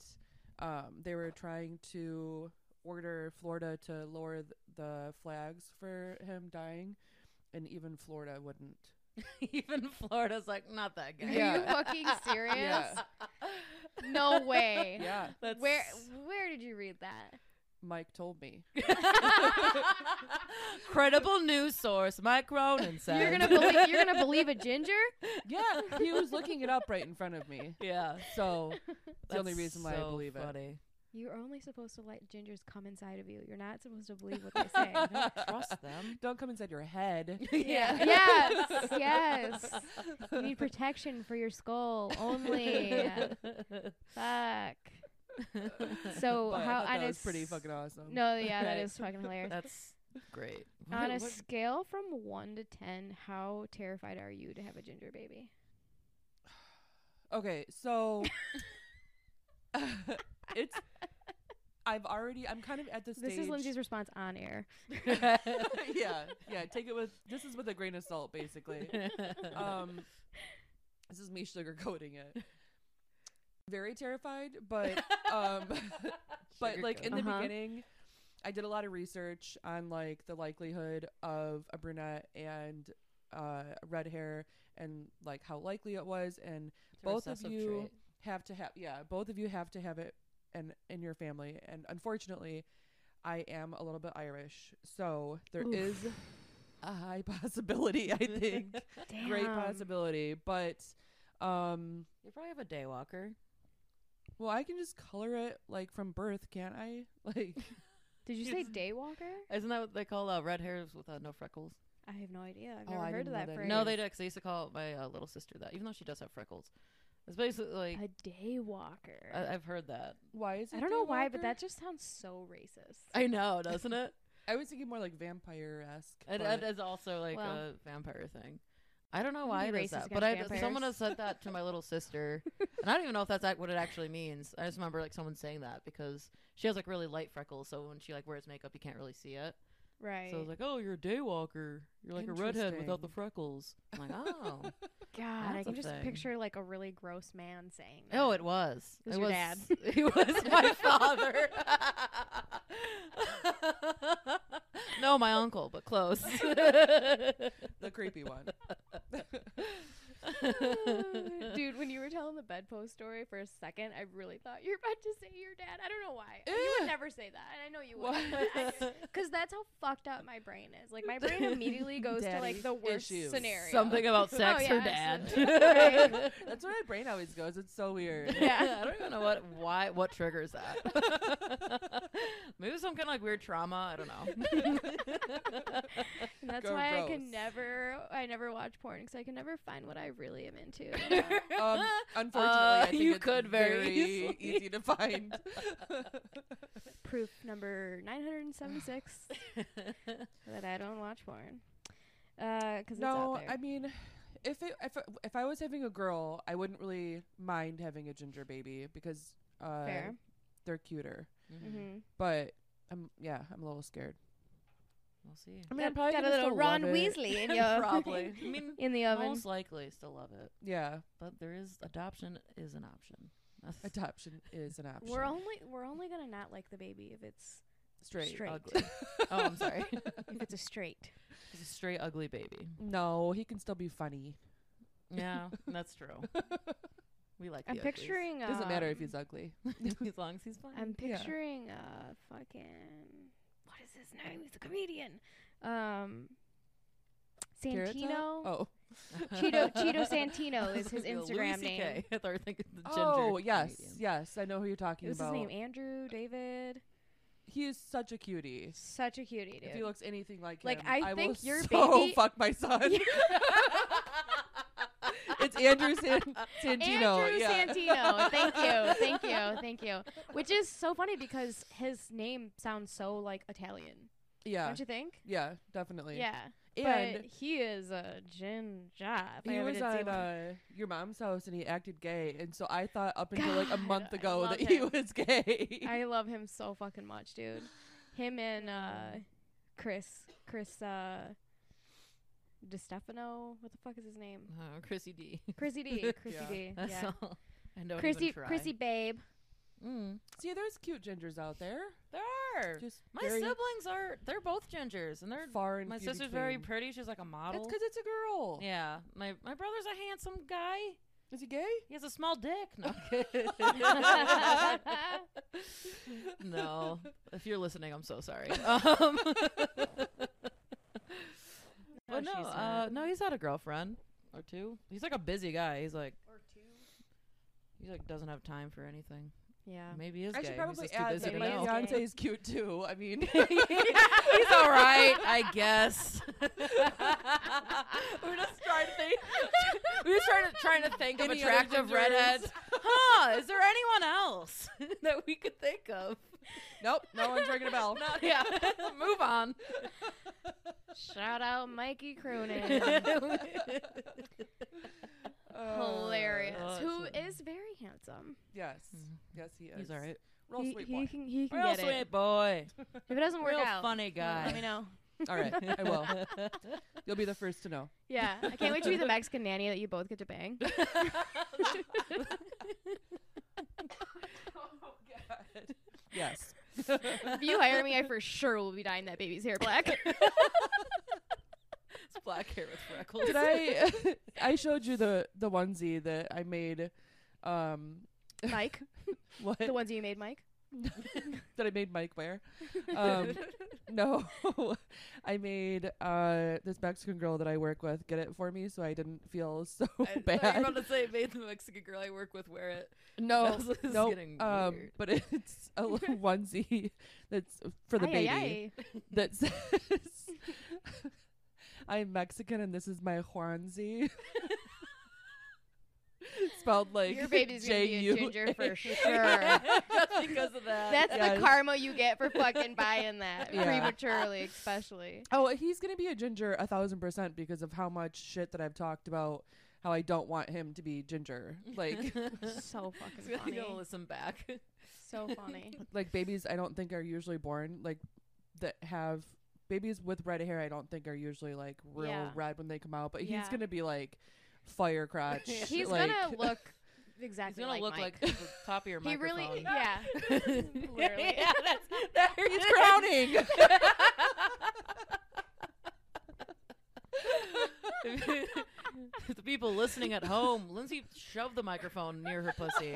Speaker 4: um, they were trying to order Florida to lower th- the flags for him dying, and even Florida wouldn't.
Speaker 2: Even Florida's like not that guy.
Speaker 4: Yeah.
Speaker 1: Are you fucking serious?
Speaker 4: Yeah.
Speaker 1: No way.
Speaker 4: Yeah,
Speaker 2: That's
Speaker 3: Where where did you read that?
Speaker 4: Mike told me.
Speaker 2: credible news source Mike Cronin said.
Speaker 3: You're gonna believe you're gonna believe a ginger?
Speaker 4: Yeah, he was looking it up right in front of me.
Speaker 2: Yeah.
Speaker 4: So
Speaker 2: That's
Speaker 4: the only reason why I
Speaker 2: so
Speaker 4: believe it.
Speaker 2: funny.
Speaker 3: You're only supposed to let gingers come inside of you. You're not supposed to believe what they say.
Speaker 2: Don't trust them.
Speaker 4: Don't come inside your head.
Speaker 2: Yeah.
Speaker 3: yes, yes. You need protection for your skull only. Fuck. So
Speaker 4: But I
Speaker 3: how
Speaker 4: thought
Speaker 3: on
Speaker 4: that
Speaker 3: a
Speaker 4: was pretty
Speaker 3: s-
Speaker 4: fucking awesome.
Speaker 3: No, yeah, that
Speaker 2: Right.
Speaker 3: is fucking hilarious.
Speaker 2: That's great.
Speaker 3: on a
Speaker 2: What- what-
Speaker 3: scale from one to ten, how terrified are you to have a ginger baby?
Speaker 4: Okay, so it's I've already I'm kind of at the stage.
Speaker 3: This is Lindsay's response on air.
Speaker 4: yeah, yeah. Take it with this is with a grain of salt, basically. Um, this is me sugarcoating it. Very terrified, but um, but like in the
Speaker 3: Sugarcoat. Uh-huh.
Speaker 4: beginning, I did a lot of research on like the likelihood of a brunette and uh, red hair and like how likely it was and both of you have to have yeah both of you have to have it and in your family and unfortunately i am a little bit irish so there
Speaker 3: Oof.
Speaker 4: is a high possibility i think
Speaker 3: Damn.
Speaker 4: great possibility but um
Speaker 2: You probably have a day walker.
Speaker 4: Well, I can just color it like from birth, can't I? Like,
Speaker 3: Did you say daywalker?
Speaker 2: Isn't that what they call uh, red hairs with uh, no freckles?
Speaker 3: I have no idea. I've
Speaker 4: Oh,
Speaker 3: never
Speaker 4: I
Speaker 3: heard of
Speaker 4: didn't know
Speaker 3: that
Speaker 4: that
Speaker 3: phrase.
Speaker 4: either.
Speaker 2: No, they do. Cause I used to call my uh, little sister that, even though she does have freckles. It's basically like
Speaker 3: A daywalker.
Speaker 2: I, I've heard that.
Speaker 4: why is it?
Speaker 3: I don't know why, but
Speaker 4: daywalker?
Speaker 3: that just sounds so racist.
Speaker 2: I know, doesn't it?
Speaker 4: I was thinking more like vampire esque.
Speaker 2: It, it is also like
Speaker 3: Well.
Speaker 2: a vampire thing. I don't know
Speaker 3: be
Speaker 2: why it
Speaker 3: racist
Speaker 2: is that, but I,
Speaker 3: against
Speaker 2: someone has said
Speaker 3: vampires.
Speaker 2: that to my little sister, and I don't even know if that's act- what it actually means. I just remember like someone saying that because she has like really light freckles, so when she like wears makeup, you can't really see it.
Speaker 3: right.
Speaker 2: So I was like, "Oh, you're a daywalker. You're like a redhead without the freckles." I'm like, "Oh,
Speaker 3: God, I
Speaker 2: that's a
Speaker 3: can just
Speaker 2: thing.
Speaker 3: picture like a really gross man saying. That.
Speaker 2: oh, it was.
Speaker 3: It was your dad.
Speaker 2: He was my father. no, my uncle, but close.
Speaker 4: the creepy one.
Speaker 3: Dude, when you were telling the bedpost story for a second, I really thought you were about to say your dad. I don't know why. You
Speaker 4: Eh.
Speaker 3: would never say that, and I know you would. Because that's how fucked up my brain is. Like my brain immediately goes to
Speaker 4: Daddy
Speaker 3: like the worst
Speaker 4: issues.
Speaker 3: scenario.
Speaker 2: Something about sex
Speaker 3: Oh, yeah,
Speaker 2: or dad.
Speaker 3: absolutely.
Speaker 4: That's where my brain always goes. It's so weird.
Speaker 2: Yeah, I don't even know what why what triggers that. Maybe some kind of like weird trauma. I don't know.
Speaker 3: And that's
Speaker 4: Go
Speaker 3: why I
Speaker 4: gross.
Speaker 3: can never, I never watch porn because I can never find what I really am into.
Speaker 4: Um, unfortunately, I think
Speaker 2: Uh, you
Speaker 4: it's
Speaker 2: could very easily.
Speaker 4: easy to find.
Speaker 3: Proof number 976 that I don't watch porn. Because
Speaker 4: no,
Speaker 3: it's out there.
Speaker 4: I mean, if it, if if I was having a girl, I wouldn't really mind having a ginger baby because uh,
Speaker 3: Fair.
Speaker 4: they're cuter.
Speaker 3: mm-hmm.
Speaker 4: But I'm yeah, I'm a little scared.
Speaker 2: We'll see.
Speaker 4: I mean, I'm
Speaker 3: got,
Speaker 4: probably
Speaker 3: got a
Speaker 4: gonna
Speaker 3: little
Speaker 4: still
Speaker 3: Ron
Speaker 4: love it.
Speaker 3: Weasley in your
Speaker 2: Probably. I mean,
Speaker 3: in the oven.
Speaker 2: most likely still love it,
Speaker 4: Yeah,
Speaker 2: but there is adoption is an option. That's
Speaker 4: adoption is an option.
Speaker 3: We're only we're only gonna not like the baby if it's
Speaker 4: straight.
Speaker 3: straight.
Speaker 2: ugly. oh, I'm sorry.
Speaker 3: if it's a straight.
Speaker 2: He's a straight ugly baby.
Speaker 4: No, he can still be funny.
Speaker 2: Yeah, that's true. We like.
Speaker 3: I'm
Speaker 2: the uglies.
Speaker 3: picturing.
Speaker 4: Doesn't matter if
Speaker 3: um,
Speaker 4: he's ugly.
Speaker 2: as long as he's fine.
Speaker 3: I'm
Speaker 4: Yeah.
Speaker 3: picturing uh fucking what is his name? He's a comedian. Um
Speaker 4: Carrot
Speaker 3: Santino.
Speaker 4: Top? Oh.
Speaker 3: Cheeto Cheeto Santino is his
Speaker 2: Yeah, Louis
Speaker 3: Instagram name.
Speaker 2: CK. I thought we were thinking the ginger.
Speaker 4: Oh yes,
Speaker 2: comedian.
Speaker 4: yes, I know who you're talking
Speaker 3: It was his
Speaker 4: about.
Speaker 3: name Andrew David.
Speaker 4: He is such a cutie.
Speaker 3: Such a cutie dude.
Speaker 4: If he looks anything like
Speaker 3: Like,
Speaker 4: him,
Speaker 3: I
Speaker 4: will
Speaker 3: think your
Speaker 4: so
Speaker 3: baby-
Speaker 4: fuck my son. it's Andrew San- Santino.
Speaker 3: Andrew
Speaker 4: yeah.
Speaker 3: Santino. Thank you. Thank you. Thank you. Which is so funny because his name sounds so like Italian.
Speaker 4: Yeah,
Speaker 3: Don't you think?
Speaker 4: yeah, definitely.
Speaker 3: Yeah.
Speaker 4: and
Speaker 3: but he is a gin job.
Speaker 4: he was at uh, your mom's house and he acted gay, and so I thought up until like a
Speaker 3: God,
Speaker 4: month
Speaker 3: I
Speaker 4: ago
Speaker 3: love
Speaker 4: that he
Speaker 3: him.
Speaker 4: was gay.
Speaker 3: I love him so fucking much, dude. Him and uh Chris Chris uh DeStefano, what the fuck is his name?
Speaker 2: Oh, Chrissy D.
Speaker 3: Chrissy D. Chrissy
Speaker 4: Yeah.
Speaker 3: D.
Speaker 2: That's
Speaker 3: Yeah.
Speaker 2: all. I don't
Speaker 3: Chrissy
Speaker 2: even try.
Speaker 3: Chrissy Babe.
Speaker 2: Mm.
Speaker 4: See, there's cute gingers out there.
Speaker 2: There are.
Speaker 4: Just
Speaker 2: My
Speaker 4: very
Speaker 2: siblings are. They're both gingers, and they're.
Speaker 4: far and
Speaker 2: my
Speaker 4: few
Speaker 2: sister's very
Speaker 4: between.
Speaker 2: pretty. She's like a model.
Speaker 4: It's because it's a girl.
Speaker 2: yeah. My my brother's a handsome guy.
Speaker 4: Is he gay?
Speaker 2: He has a small dick. No. I'm kidding.
Speaker 3: That's
Speaker 2: no. If you're listening, I'm so sorry. Um,
Speaker 3: No,
Speaker 2: but no,
Speaker 3: she's
Speaker 2: uh,
Speaker 3: not.
Speaker 2: no, he's had a girlfriend or two. He's like a busy guy. He's like or two. He like doesn't have time for anything.
Speaker 3: Yeah.
Speaker 2: Maybe he is
Speaker 4: I
Speaker 2: gay.
Speaker 4: should
Speaker 2: He's
Speaker 4: probably
Speaker 2: just too
Speaker 4: add
Speaker 2: busy
Speaker 4: that
Speaker 2: to
Speaker 4: my
Speaker 2: know.
Speaker 3: fian-
Speaker 4: fiance is cute too. I mean,
Speaker 2: he's all right, I guess. We're just trying to think. We're just trying to trying to think of
Speaker 4: Any other
Speaker 2: attractive
Speaker 4: gingers?
Speaker 2: redheads. Huh? Is there anyone else that we could think of?
Speaker 4: nope, no one's ringing a bell.
Speaker 2: Not, yeah. Move on.
Speaker 3: Shout out Mikey Cronin.
Speaker 4: um,
Speaker 2: he's
Speaker 3: Oh, Hilarious.
Speaker 2: Uh,
Speaker 3: Who
Speaker 2: awesome.
Speaker 3: is very handsome.
Speaker 4: Yes,
Speaker 2: Mhm.
Speaker 4: yes, he is.
Speaker 2: all right.
Speaker 4: Real
Speaker 3: he,
Speaker 4: sweet
Speaker 3: he
Speaker 4: boy.
Speaker 3: can he can
Speaker 2: Real
Speaker 3: get it.
Speaker 2: sweet boy.
Speaker 3: If it doesn't work
Speaker 2: Real
Speaker 3: out.
Speaker 2: funny guy.
Speaker 3: Let me know.
Speaker 4: All right, I will. You'll be the first to know.
Speaker 3: Yeah. I can't wait to be the Mexican nanny that you both get to bang.
Speaker 4: Yes.
Speaker 3: if you hire me, I for sure will be dyeing that baby's hair black.
Speaker 2: It's black hair with freckles.
Speaker 4: Did I? I showed you the the onesie that I made. Um,
Speaker 3: Mike,
Speaker 4: what
Speaker 3: the ones you made, Mike.
Speaker 4: that I made Mike wear. Um, no, I made uh, this Mexican girl that I work with get it for me, so I didn't feel so
Speaker 2: I thought you were
Speaker 4: bad.
Speaker 2: about to say made the Mexican girl I work with wear it.
Speaker 4: No,
Speaker 2: This is
Speaker 4: no,
Speaker 2: getting
Speaker 4: um,
Speaker 2: weird.
Speaker 4: but it's a little onesie that's for the baby that says, "I'm Mexican and this is my Juanzi." Spelled like
Speaker 1: Your baby's gonna be a ginger for sure.
Speaker 2: Just because of that.
Speaker 1: That's
Speaker 4: Yes.
Speaker 1: the karma you get for fucking buying that
Speaker 4: Yeah.
Speaker 1: prematurely, especially.
Speaker 4: Oh, he's gonna be a ginger a thousand percent because of how much shit that I've talked about. How I don't want him to be ginger. Like,
Speaker 3: so fucking
Speaker 2: It's gonna-
Speaker 3: funny.
Speaker 2: you gotta listen back.
Speaker 3: So funny.
Speaker 4: like babies I don't think are usually born like that have babies with red hair. I don't think are usually like real
Speaker 3: Yeah.
Speaker 4: red when they come out. But he's
Speaker 3: Yeah.
Speaker 4: gonna be like fire crotch.
Speaker 3: He's
Speaker 4: like,
Speaker 3: gonna look
Speaker 2: He's
Speaker 3: exactly
Speaker 2: gonna
Speaker 3: like
Speaker 2: look
Speaker 3: Mike.
Speaker 2: like the top of your
Speaker 1: He
Speaker 2: microphone.
Speaker 1: really, yeah.
Speaker 2: Literally.
Speaker 1: Literally.
Speaker 2: yeah, that's that
Speaker 4: He's crowning.
Speaker 2: if the people listening at home, Lindsay shoved the microphone near her pussy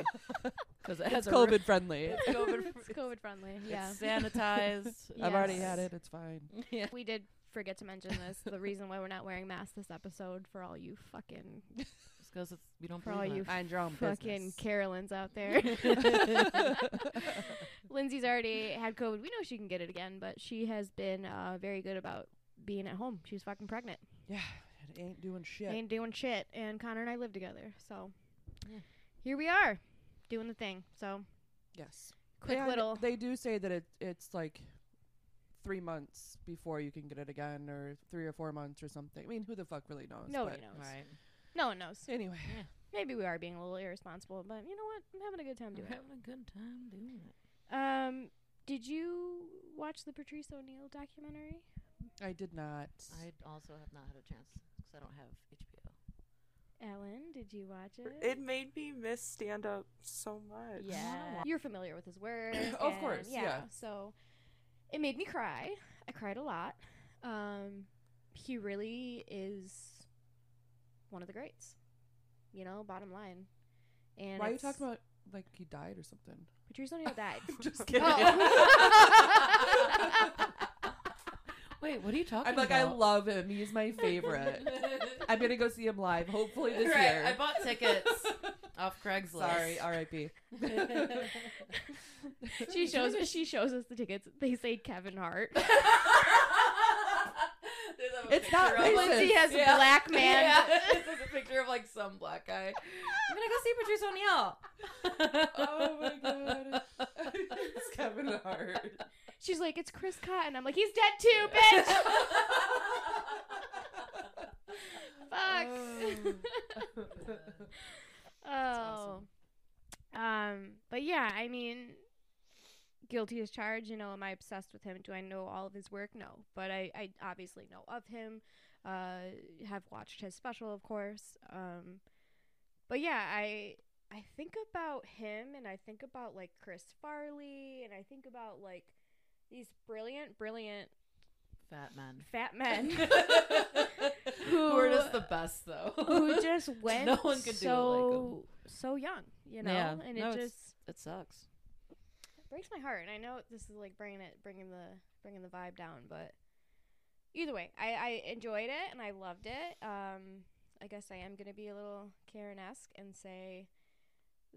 Speaker 2: because it has a
Speaker 4: It's
Speaker 2: re-
Speaker 4: COVID friendly.
Speaker 2: it's COVID.
Speaker 3: it's COVID friendly. Yeah.
Speaker 2: It's sanitized.
Speaker 4: I've already
Speaker 3: Yes.
Speaker 4: had it. It's fine.
Speaker 2: Yeah.
Speaker 3: We did forget to mention this. The reason why we're not wearing masks this episode for all you fucking
Speaker 2: Just because we don't
Speaker 3: For all
Speaker 2: believe in
Speaker 3: you
Speaker 2: it.
Speaker 4: Mind your own
Speaker 3: fucking
Speaker 4: business.
Speaker 3: Carolyn's out there. Lindsay's already had COVID. We know she can get it again, but she has been uh, very good about being at home. She's fucking pregnant.
Speaker 4: Yeah, it ain't doing shit.
Speaker 3: Ain't doing shit. And Connor and I live together, so
Speaker 2: Yeah.
Speaker 3: here we are doing the thing. So
Speaker 4: yes.
Speaker 3: quick
Speaker 4: And
Speaker 3: little.
Speaker 4: They do say that it it's like three months before you can get it again, or three or four months or something. I mean, who the fuck really knows?
Speaker 3: Nobody
Speaker 4: but
Speaker 3: knows.
Speaker 2: Right.
Speaker 3: No one knows.
Speaker 4: Anyway,
Speaker 3: Maybe we are being a little irresponsible, but you know what? I'm having a good time
Speaker 2: I'm
Speaker 3: doing it.
Speaker 2: having a good time doing it.
Speaker 3: Um, did you watch the Patrice O'Neill documentary?
Speaker 4: I did not.
Speaker 2: I also have not had a chance because I don't have HBO.
Speaker 3: Ellen, did you watch it?
Speaker 5: It made me miss stand up so much.
Speaker 3: yeah. You're familiar with his work.
Speaker 4: Of
Speaker 3: and
Speaker 4: course, yeah.
Speaker 3: So it made me cry. I cried a lot. Um, he really is one of the greats. You know, bottom line. And
Speaker 4: Why are you
Speaker 3: it's-
Speaker 4: talking about like he died or something?
Speaker 3: Patrice O'Neill died?
Speaker 4: Just
Speaker 5: kidding.
Speaker 3: Oh.
Speaker 2: Oh. Wait, what are you talking
Speaker 4: I'm like, I
Speaker 2: about?
Speaker 4: love him. He's my favorite. I'm gonna go see him live, hopefully this
Speaker 2: Right, I
Speaker 4: year.
Speaker 2: bought tickets off Craigslist.
Speaker 4: Sorry, R.I.P.
Speaker 3: she shows us. She shows us the tickets. They say Kevin Hart.
Speaker 4: It's not
Speaker 2: Like,
Speaker 4: racist.
Speaker 3: Lindsay has a
Speaker 2: Yeah.
Speaker 3: black man.
Speaker 2: Yeah, this is a picture of like some black guy. I'm gonna go see Patrice O'Neill.
Speaker 4: oh my god, it's Kevin Hart.
Speaker 3: She's like, it's Chris Cotton. I'm like, he's dead too, bitch. Fuck. oh.
Speaker 2: awesome.
Speaker 3: Um, but yeah, I mean, guilty as charged. You know, am I obsessed with him? Do I know all of his work? No, but I, I obviously know of him. Uh, have watched his special, of course. Um, but yeah, I I think about him, and I think about like Chris Farley, and I think about like these brilliant, brilliant
Speaker 2: Fat men.
Speaker 3: fat men
Speaker 2: Who are just the best though.
Speaker 3: who just went
Speaker 2: No one could do it like 'em.
Speaker 3: so so young, you know,
Speaker 2: Yeah.
Speaker 3: and
Speaker 2: No,
Speaker 3: it
Speaker 2: it's-
Speaker 3: just
Speaker 2: it sucks.
Speaker 3: breaks my heart. And I know this is like bringing it, bringing the bringing the vibe down, but either way, I, I enjoyed it and I loved it. Um, I guess I am gonna be a little Karen esque and say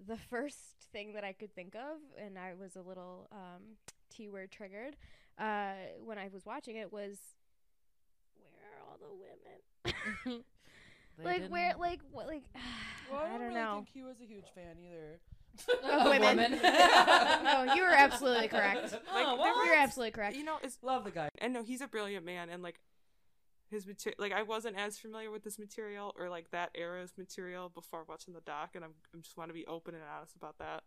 Speaker 3: the first thing that I could think of, and I was a little um, T word triggered uh, when I was watching it was where are all the women?
Speaker 2: They
Speaker 3: like
Speaker 2: didn't-
Speaker 3: where? Like what? Like I don't
Speaker 4: really
Speaker 3: know.
Speaker 4: think he was a huge fan either.
Speaker 2: Oh,
Speaker 3: Of women. no, you were absolutely correct.
Speaker 2: oh,
Speaker 5: Like, there
Speaker 2: what?
Speaker 3: You're absolutely correct.
Speaker 5: You know, it's
Speaker 4: Love the guy.
Speaker 5: and no, he's a brilliant man, and like his material, like I wasn't as familiar with this material or like that era's material before watching the doc, and I'm, I just want to be open and honest about that.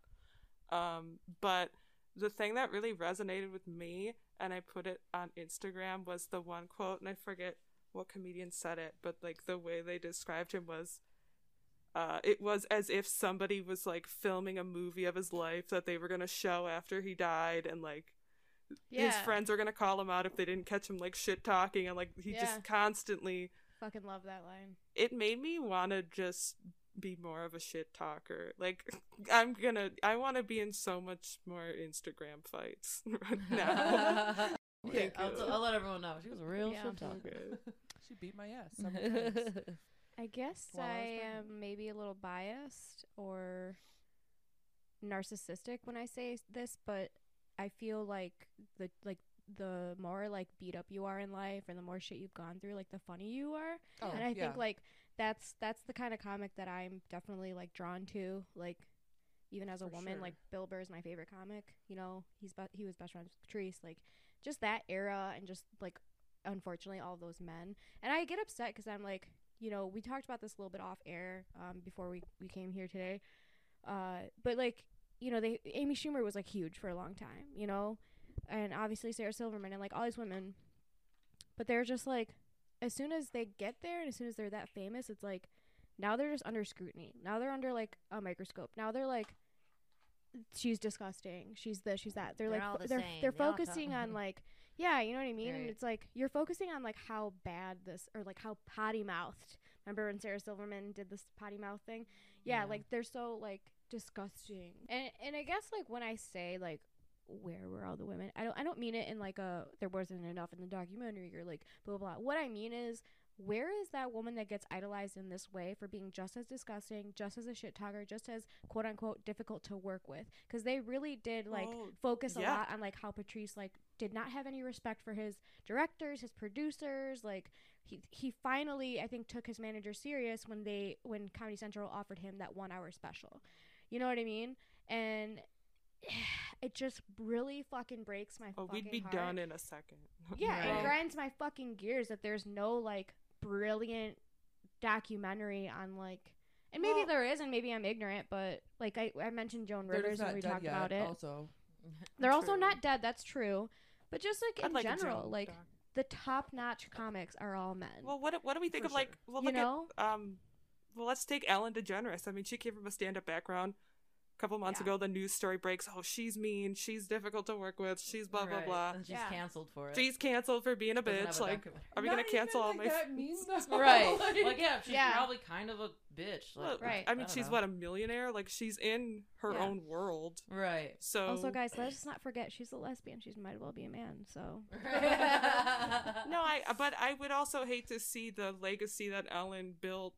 Speaker 5: Um, but the thing that really resonated with me, and I put it on Instagram, was the one quote, and I forget what comedian said it, but like the way they described him was. Uh, it was as if somebody was like filming a movie of his life that they were gonna show after he died, and like his friends are gonna call him out if they didn't catch him like shit talking and like he
Speaker 3: Yeah.
Speaker 5: just constantly
Speaker 3: Fucking love that line.
Speaker 5: it made me wanna just be more of a shit talker. Like I'm gonna I wanna be in so much more Instagram fights right now.
Speaker 2: Yeah,
Speaker 5: Thank
Speaker 2: I'll,
Speaker 5: you.
Speaker 2: t- I'll let everyone know. She was a real
Speaker 3: Yeah.
Speaker 2: shit talker.
Speaker 5: Okay.
Speaker 4: She beat my ass. several times.
Speaker 3: I guess
Speaker 2: While I was
Speaker 3: I
Speaker 2: pregnant.
Speaker 3: am maybe a little biased or narcissistic when I say this, but I feel like the like the more like beat up you are in life and the more shit you've gone through, like the funny you are.
Speaker 4: Oh,
Speaker 3: and I
Speaker 4: yeah.
Speaker 3: think like that's that's the kind of comic that I'm definitely like drawn to. Like even as a
Speaker 4: For
Speaker 3: woman,
Speaker 4: sure.
Speaker 3: like Bill Burr is my favorite comic. You know, he's be- he was best friends with Patrice. Like just that era and just like unfortunately all those men. And I get upset because I'm like, you know, we talked about this a little bit off air um, before we we came here today. Uh, but like you know, they Amy Schumer was like huge for a long time. You know, and obviously Sarah Silverman and like all these women. But they're just like as soon as they get there and as soon as they're that famous, it's like now they're just under scrutiny. Now they're under like a microscope. Now they're like she's disgusting. She's this, she's that. They're,
Speaker 2: They're
Speaker 3: like
Speaker 2: all
Speaker 3: fo-
Speaker 2: the
Speaker 3: they're
Speaker 2: same.
Speaker 3: they're
Speaker 2: They all co-
Speaker 3: focusing on like yeah, you know what I mean? And
Speaker 2: Right.
Speaker 3: it's like you're focusing on like how bad this or like how potty mouthed. Remember when Sarah Silverman did this potty mouth thing? yeah,
Speaker 2: Yeah.
Speaker 3: like they're so like disgusting. And and I guess like when I say like where were all the women? I don't I don't mean it in like a there wasn't enough in the documentary or like blah blah blah. What I mean is where is that woman that gets idolized in this way for being just as disgusting, just as a shit talker, just as quote unquote difficult to work with? Because they really did like
Speaker 5: Oh,
Speaker 3: focus a
Speaker 5: yeah.
Speaker 3: lot on like how Patrice like did not have any respect for his directors, his producers, like he he finally I think took his manager serious when they when Comedy Central offered him that 1 hour special. You know what I mean? And it just really fucking breaks my
Speaker 5: oh,
Speaker 3: fucking
Speaker 5: we'd be
Speaker 3: heart.
Speaker 5: done in a second.
Speaker 3: Yeah,
Speaker 2: Right.
Speaker 3: it grinds my fucking gears that there's no like brilliant documentary on like and maybe
Speaker 5: Well-
Speaker 3: there is and maybe I'm ignorant, but like I, I mentioned Joan
Speaker 4: They're
Speaker 3: Rivers
Speaker 4: just
Speaker 3: when
Speaker 4: not
Speaker 3: we
Speaker 4: dead
Speaker 3: talked
Speaker 4: yet.
Speaker 3: about it.
Speaker 4: Also,
Speaker 3: They're also
Speaker 5: True.
Speaker 3: not dead. That's true. But just like
Speaker 5: I'd
Speaker 3: in
Speaker 5: like a
Speaker 3: general,
Speaker 5: joke,
Speaker 3: like
Speaker 5: doc.
Speaker 3: the top-notch comics are all men.
Speaker 5: Well, what what do we think
Speaker 4: For
Speaker 5: of like?
Speaker 4: sure.
Speaker 5: Well,
Speaker 3: you
Speaker 5: look
Speaker 3: know,
Speaker 5: at um. Well, let's take Ellen DeGeneres. I mean, she came from a stand-up background. A couple months
Speaker 3: Yeah.
Speaker 5: ago, the news story breaks. Oh, she's mean. She's difficult to work with. She's blah blah
Speaker 2: Right.
Speaker 5: blah.
Speaker 2: And she's
Speaker 3: Yeah.
Speaker 2: canceled for it.
Speaker 5: She's canceled for being a
Speaker 2: Doesn't have
Speaker 5: bitch.
Speaker 2: a
Speaker 5: Like,
Speaker 2: documentary.
Speaker 5: are we
Speaker 4: Not
Speaker 5: gonna cancel all
Speaker 4: even,
Speaker 5: my?
Speaker 4: like, that means though.
Speaker 2: right?
Speaker 4: Like-
Speaker 2: like, yeah, she's
Speaker 1: Yeah.
Speaker 2: probably kind of a bitch. Like,
Speaker 5: Look,
Speaker 3: Right.
Speaker 5: I mean,
Speaker 2: don't
Speaker 5: she's
Speaker 2: know.
Speaker 5: what a millionaire. Like, she's in her
Speaker 3: Yeah.
Speaker 5: own world.
Speaker 2: Right.
Speaker 5: So
Speaker 3: also guys, let's not forget she's a lesbian. She might as well be a man. So uh,
Speaker 5: no, I. But I would also hate to see the legacy that Ellen built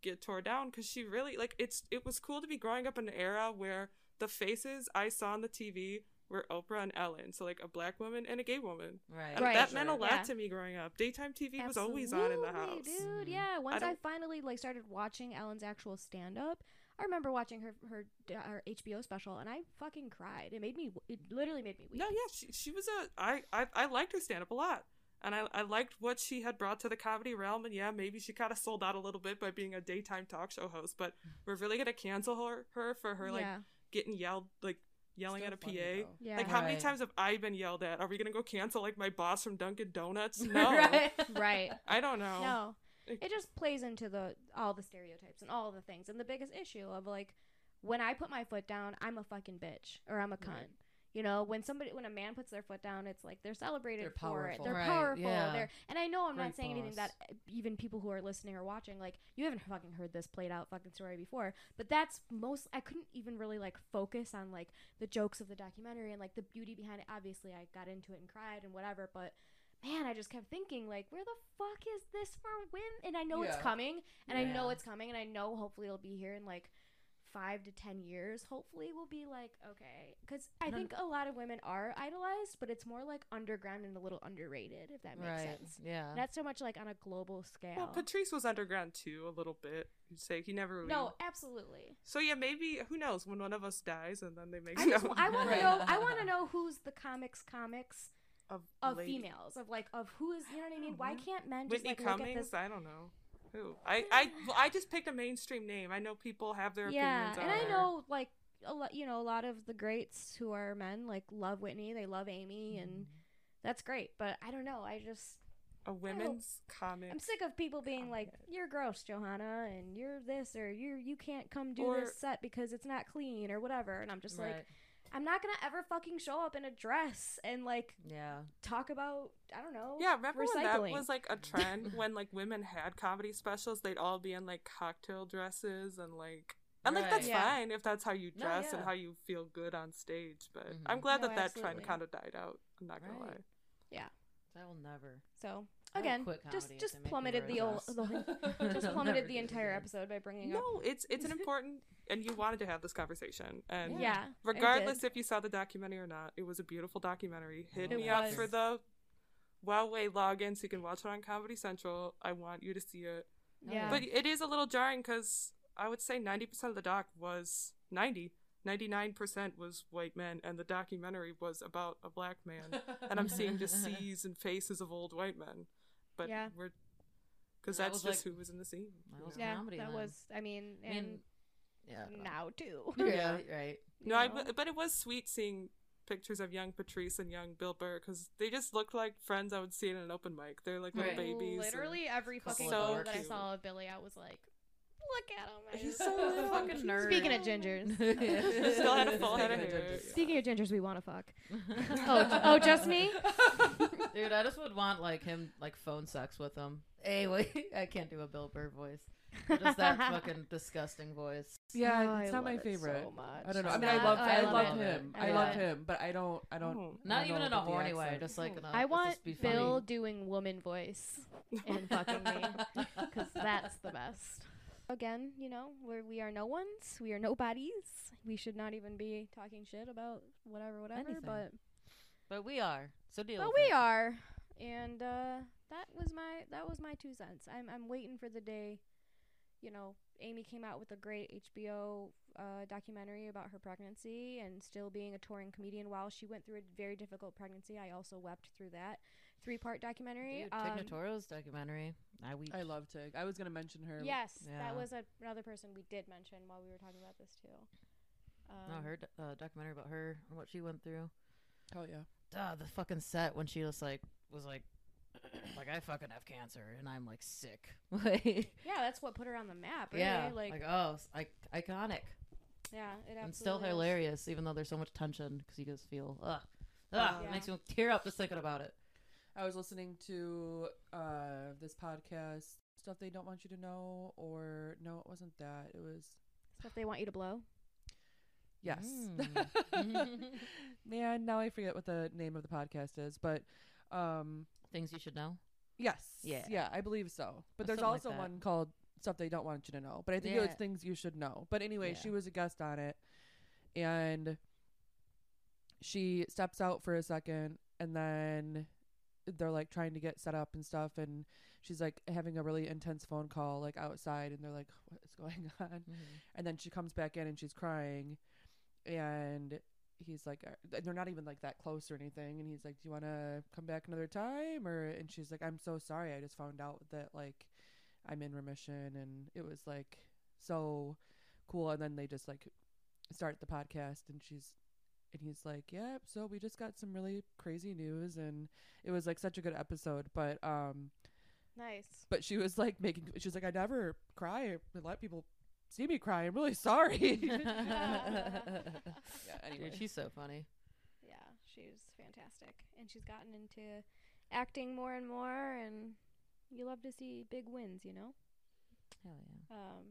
Speaker 5: get tore down because she really like it's. It was cool to be growing up in an era where the faces I saw on the TV were Oprah and Ellen. So like a black woman and a gay woman.
Speaker 2: Right.
Speaker 5: And
Speaker 3: Right.
Speaker 5: That meant a
Speaker 2: Sure.
Speaker 5: lot
Speaker 3: Yeah.
Speaker 5: to me growing up. Daytime TV was always on in the
Speaker 3: Absolutely,
Speaker 5: house. Mm-hmm.
Speaker 3: dude.
Speaker 2: Mhm.
Speaker 3: Yeah. Once I,
Speaker 5: don't-
Speaker 3: finally like started watching Ellen's actual stand-up, I remember watching her her, her HBO special, and I fucking cried. It made me. It literally made me weep.
Speaker 5: No, yeah, she, she was a. I, I I liked her stand up a lot, and I I liked what she had brought to the comedy realm. And yeah, maybe she kind of sold out a little bit by being a daytime talk show host, but we're really gonna cancel her her for her like
Speaker 3: yeah.
Speaker 5: getting yelled like yelling
Speaker 4: Still
Speaker 5: at a PA.
Speaker 4: funny, though.
Speaker 3: Yeah.
Speaker 5: Like how many
Speaker 2: Right.
Speaker 5: times have I been yelled at? Are we gonna go cancel like my boss from Dunkin' Donuts? No,
Speaker 2: right.
Speaker 3: right.
Speaker 5: I don't know.
Speaker 3: No.
Speaker 5: It-
Speaker 3: It just plays into the all the stereotypes and all the things. And the biggest issue of like when I put my foot down, I'm a fucking bitch or I'm a cunt. You know, when somebody when a man puts their foot down, it's like they're celebrated
Speaker 2: They're
Speaker 3: for it.
Speaker 2: powerful.
Speaker 3: They're
Speaker 2: Right,
Speaker 3: powerful.
Speaker 2: yeah.
Speaker 3: They're and I know I'm
Speaker 2: Great
Speaker 3: not saying anything
Speaker 2: boss.
Speaker 3: that even people who are listening or watching like you haven't fucking heard this played out fucking story before. But that's most I couldn't even really like focus on like the jokes of the documentary and like the beauty behind it. Obviously, I got into it and cried and whatever, but man, I just kept thinking like, where the fuck is this for when? And I know it's
Speaker 4: Yeah.
Speaker 3: coming, and I know
Speaker 2: Yeah.
Speaker 3: it's coming, and I know hopefully it'll be here in like five to ten years. Hopefully, we'll be like, okay, because I
Speaker 2: No.
Speaker 3: think a lot of women are idolized, but it's more like underground and a little underrated, if that makes
Speaker 2: Right.
Speaker 3: sense.
Speaker 2: Yeah.
Speaker 3: Not so much like on a global scale.
Speaker 5: Well, Patrice was underground too a little bit. You'd say he never really.
Speaker 3: no, absolutely.
Speaker 5: So yeah, maybe who knows when one of us dies and then they make.
Speaker 3: I just
Speaker 5: no-
Speaker 3: I want to
Speaker 2: Right.
Speaker 3: know. I want to know who's the comics comics
Speaker 5: of,
Speaker 3: of
Speaker 5: lady-
Speaker 3: females of like of who is you know what I mean? Why can't men just
Speaker 5: Whitney
Speaker 3: like look at
Speaker 5: Cummings.
Speaker 3: this?
Speaker 5: I don't know who. I I well, I just picked a mainstream name. I know people have their
Speaker 3: yeah,
Speaker 5: opinions.
Speaker 3: and
Speaker 5: on
Speaker 3: I
Speaker 5: her.
Speaker 3: know like a lot, you know, a lot of the greats who are men like love Whitney, they love Amy,
Speaker 5: Mm-hmm.
Speaker 2: Mm-hmm.
Speaker 3: and that's great. But I don't know, I just
Speaker 5: a women's comic.
Speaker 3: I'm sick of people being like, "You're gross, Johanna, and you're this, or you're you can't come do
Speaker 5: Or-
Speaker 3: this set because it's not clean or whatever." And I'm just like,
Speaker 2: Right.
Speaker 3: I'm not gonna ever fucking show up in a dress and like
Speaker 2: Yeah.
Speaker 3: talk about I don't know.
Speaker 5: Yeah, remember when that
Speaker 3: recycling.
Speaker 5: was like a trend when like women had comedy specials? They'd all be in like cocktail dresses and like. And like that's
Speaker 2: Right.
Speaker 1: Yeah.
Speaker 5: fine if that's how you
Speaker 2: No,
Speaker 5: dress and
Speaker 2: yeah.
Speaker 5: how you feel good on stage, but
Speaker 2: Mhm.
Speaker 5: I'm glad
Speaker 3: No,
Speaker 5: that that
Speaker 3: absolutely.
Speaker 5: trend kind of died out. I'm not gonna
Speaker 2: Right.
Speaker 5: lie.
Speaker 3: Yeah.
Speaker 2: I will never.
Speaker 3: So
Speaker 2: I will
Speaker 3: again,
Speaker 2: quit
Speaker 3: just
Speaker 2: comedy if they
Speaker 3: just
Speaker 2: make me
Speaker 3: plummeted
Speaker 2: wear a
Speaker 3: the old,
Speaker 2: dress.
Speaker 3: the whole- just
Speaker 2: I'll never
Speaker 3: plummeted
Speaker 2: do
Speaker 3: the
Speaker 2: it
Speaker 3: entire
Speaker 2: again.
Speaker 3: episode by bringing up.
Speaker 5: No, it's it's an important and you wanted to have this conversation. And
Speaker 3: Yeah.
Speaker 5: regardless if you saw the documentary or not, it was a beautiful documentary. Hit
Speaker 2: It
Speaker 5: me up
Speaker 3: was.
Speaker 5: for the Wowway login so you can watch it on Comedy Central. I want you to see it.
Speaker 2: No,
Speaker 1: Yeah.
Speaker 5: But it is a little jarring because I would say 90% of the doc was 90. 99% was white men, and the documentary was about a black man. and I'm seeing just C's and faces of old white men. But
Speaker 1: Yeah.
Speaker 5: we're. Because
Speaker 2: And that
Speaker 5: that's
Speaker 2: was,
Speaker 5: just
Speaker 2: like-
Speaker 5: who was in the scene.
Speaker 2: That
Speaker 5: you
Speaker 2: was
Speaker 5: know?
Speaker 1: yeah,
Speaker 2: comedy
Speaker 1: that
Speaker 2: then.
Speaker 1: was. I mean,
Speaker 2: I mean,
Speaker 1: and
Speaker 2: yeah. I don't know.
Speaker 1: now too.
Speaker 2: Yeah. Right.
Speaker 5: No, I,
Speaker 1: you know?
Speaker 5: but but it was sweet seeing pictures of young Patrice and young Bill Burr because they just looked like friends I would see in an open mic. They're like little
Speaker 2: Right.
Speaker 5: babies. or-
Speaker 1: Literally every
Speaker 5: couple
Speaker 1: fucking
Speaker 5: of
Speaker 1: photo
Speaker 5: dark
Speaker 1: that I
Speaker 5: people.
Speaker 1: saw of Billy, I was like, look at him. I just-
Speaker 4: He's so little.
Speaker 2: Fucking nerd.
Speaker 1: Speaking of gingers.
Speaker 5: Still had a full head of
Speaker 2: Speaking
Speaker 5: hair.
Speaker 2: gingers.
Speaker 3: Speaking of gingers, we want to fuck. Oh, j- oh, just me?
Speaker 2: Dude, I just would want like him like phone sex with him. Hey, wait, I can't do a Bill Burr voice. Just that fucking disgusting voice.
Speaker 4: Yeah,
Speaker 1: Oh, I
Speaker 4: it's
Speaker 1: love
Speaker 4: not my
Speaker 1: it so
Speaker 4: favorite.
Speaker 1: much.
Speaker 4: I don't know.
Speaker 2: It's
Speaker 4: I mean, I
Speaker 2: not-
Speaker 4: love,
Speaker 3: oh,
Speaker 4: I,
Speaker 3: I
Speaker 4: love,
Speaker 3: love
Speaker 1: it.
Speaker 4: him.
Speaker 2: I
Speaker 4: I,
Speaker 2: love
Speaker 4: love
Speaker 2: it.
Speaker 4: him, but I don't. I don't.
Speaker 5: Oh.
Speaker 2: Not
Speaker 4: don't
Speaker 2: even
Speaker 4: know
Speaker 2: in a
Speaker 4: about the
Speaker 2: horny way.
Speaker 4: accent.
Speaker 2: Just like in a,
Speaker 1: I
Speaker 2: let's
Speaker 1: want
Speaker 2: just Oh, be funny.
Speaker 1: Bill doing woman voice in fucking me because that's the best.
Speaker 3: Again, you know, we're, we are no ones. We are nobodies. We should not even be talking shit about whatever, whatever.
Speaker 2: Anything.
Speaker 3: But
Speaker 2: But we are. So deal.
Speaker 3: but
Speaker 2: with
Speaker 3: we
Speaker 2: it.
Speaker 3: are, and uh, that was my that was my two cents. I'm I'm waiting for the day, you know. Amy came out with a great HBO uh, documentary about her pregnancy and still being a touring comedian while she went through a very difficult pregnancy. I also wept through that three part documentary.
Speaker 2: Dude,
Speaker 3: Um,
Speaker 2: Tig Notoro's documentary. I weep.
Speaker 4: I love Tig. I was gonna mention her.
Speaker 3: yes,
Speaker 2: Yeah.
Speaker 3: that was a, another person we did mention while we were talking about this too.
Speaker 2: no,
Speaker 3: Um,
Speaker 2: her d- uh, documentary about her and what she went through.
Speaker 4: Hell Oh, yeah.
Speaker 2: Duh, uh, the fucking set when she just like was like, like I fucking have cancer and I'm like sick. like,
Speaker 3: Yeah, that's what put her on the map. Really.
Speaker 2: yeah,
Speaker 3: like,
Speaker 2: like, oh, s- like iconic
Speaker 3: yeah, it
Speaker 2: and still
Speaker 3: absolutely is.
Speaker 2: hilarious, even though there's so much tension because you just feel ugh, ugh,
Speaker 5: Yeah.
Speaker 2: it makes me tear up just thinking about it.
Speaker 4: I was listening to uh this podcast stuff they don't want you to know or no it wasn't that it was
Speaker 3: Stuff they want you to blow.
Speaker 4: yes
Speaker 2: Mm.
Speaker 4: man now I forget what the name of the podcast is but um
Speaker 2: Things you should know.
Speaker 4: yes
Speaker 2: Yeah.
Speaker 4: yeah I believe so but
Speaker 2: Or
Speaker 4: there's
Speaker 2: something like
Speaker 4: also
Speaker 2: that.
Speaker 4: one called stuff they don't want you to know but I think it was
Speaker 2: Yeah.
Speaker 4: things you should know but anyway
Speaker 2: Yeah.
Speaker 4: she was a guest on it and she steps out for a second and then they're like trying to get set up and stuff and she's like having a really intense phone call like outside and they're like what is going on
Speaker 5: Mm-hmm.
Speaker 4: and then she comes back in and she's crying and he's like "Are- th- they're not even like that close or anything and he's like do you want to come back another time or and she's like i'm so sorry i just found out that like i'm in remission and it was like so cool and then they just like start the podcast and she's and he's like yep so we just got some really crazy news and it was like such a good episode but um
Speaker 1: Nice.
Speaker 4: but she was like making she was like i never cry or let people see me cry i'm really sorry yeah anyway
Speaker 2: Dude, she's so funny.
Speaker 3: Yeah, she's fantastic, and she's gotten into acting more and more, and you love to see big wins, you know.
Speaker 2: Hell yeah.
Speaker 3: Um,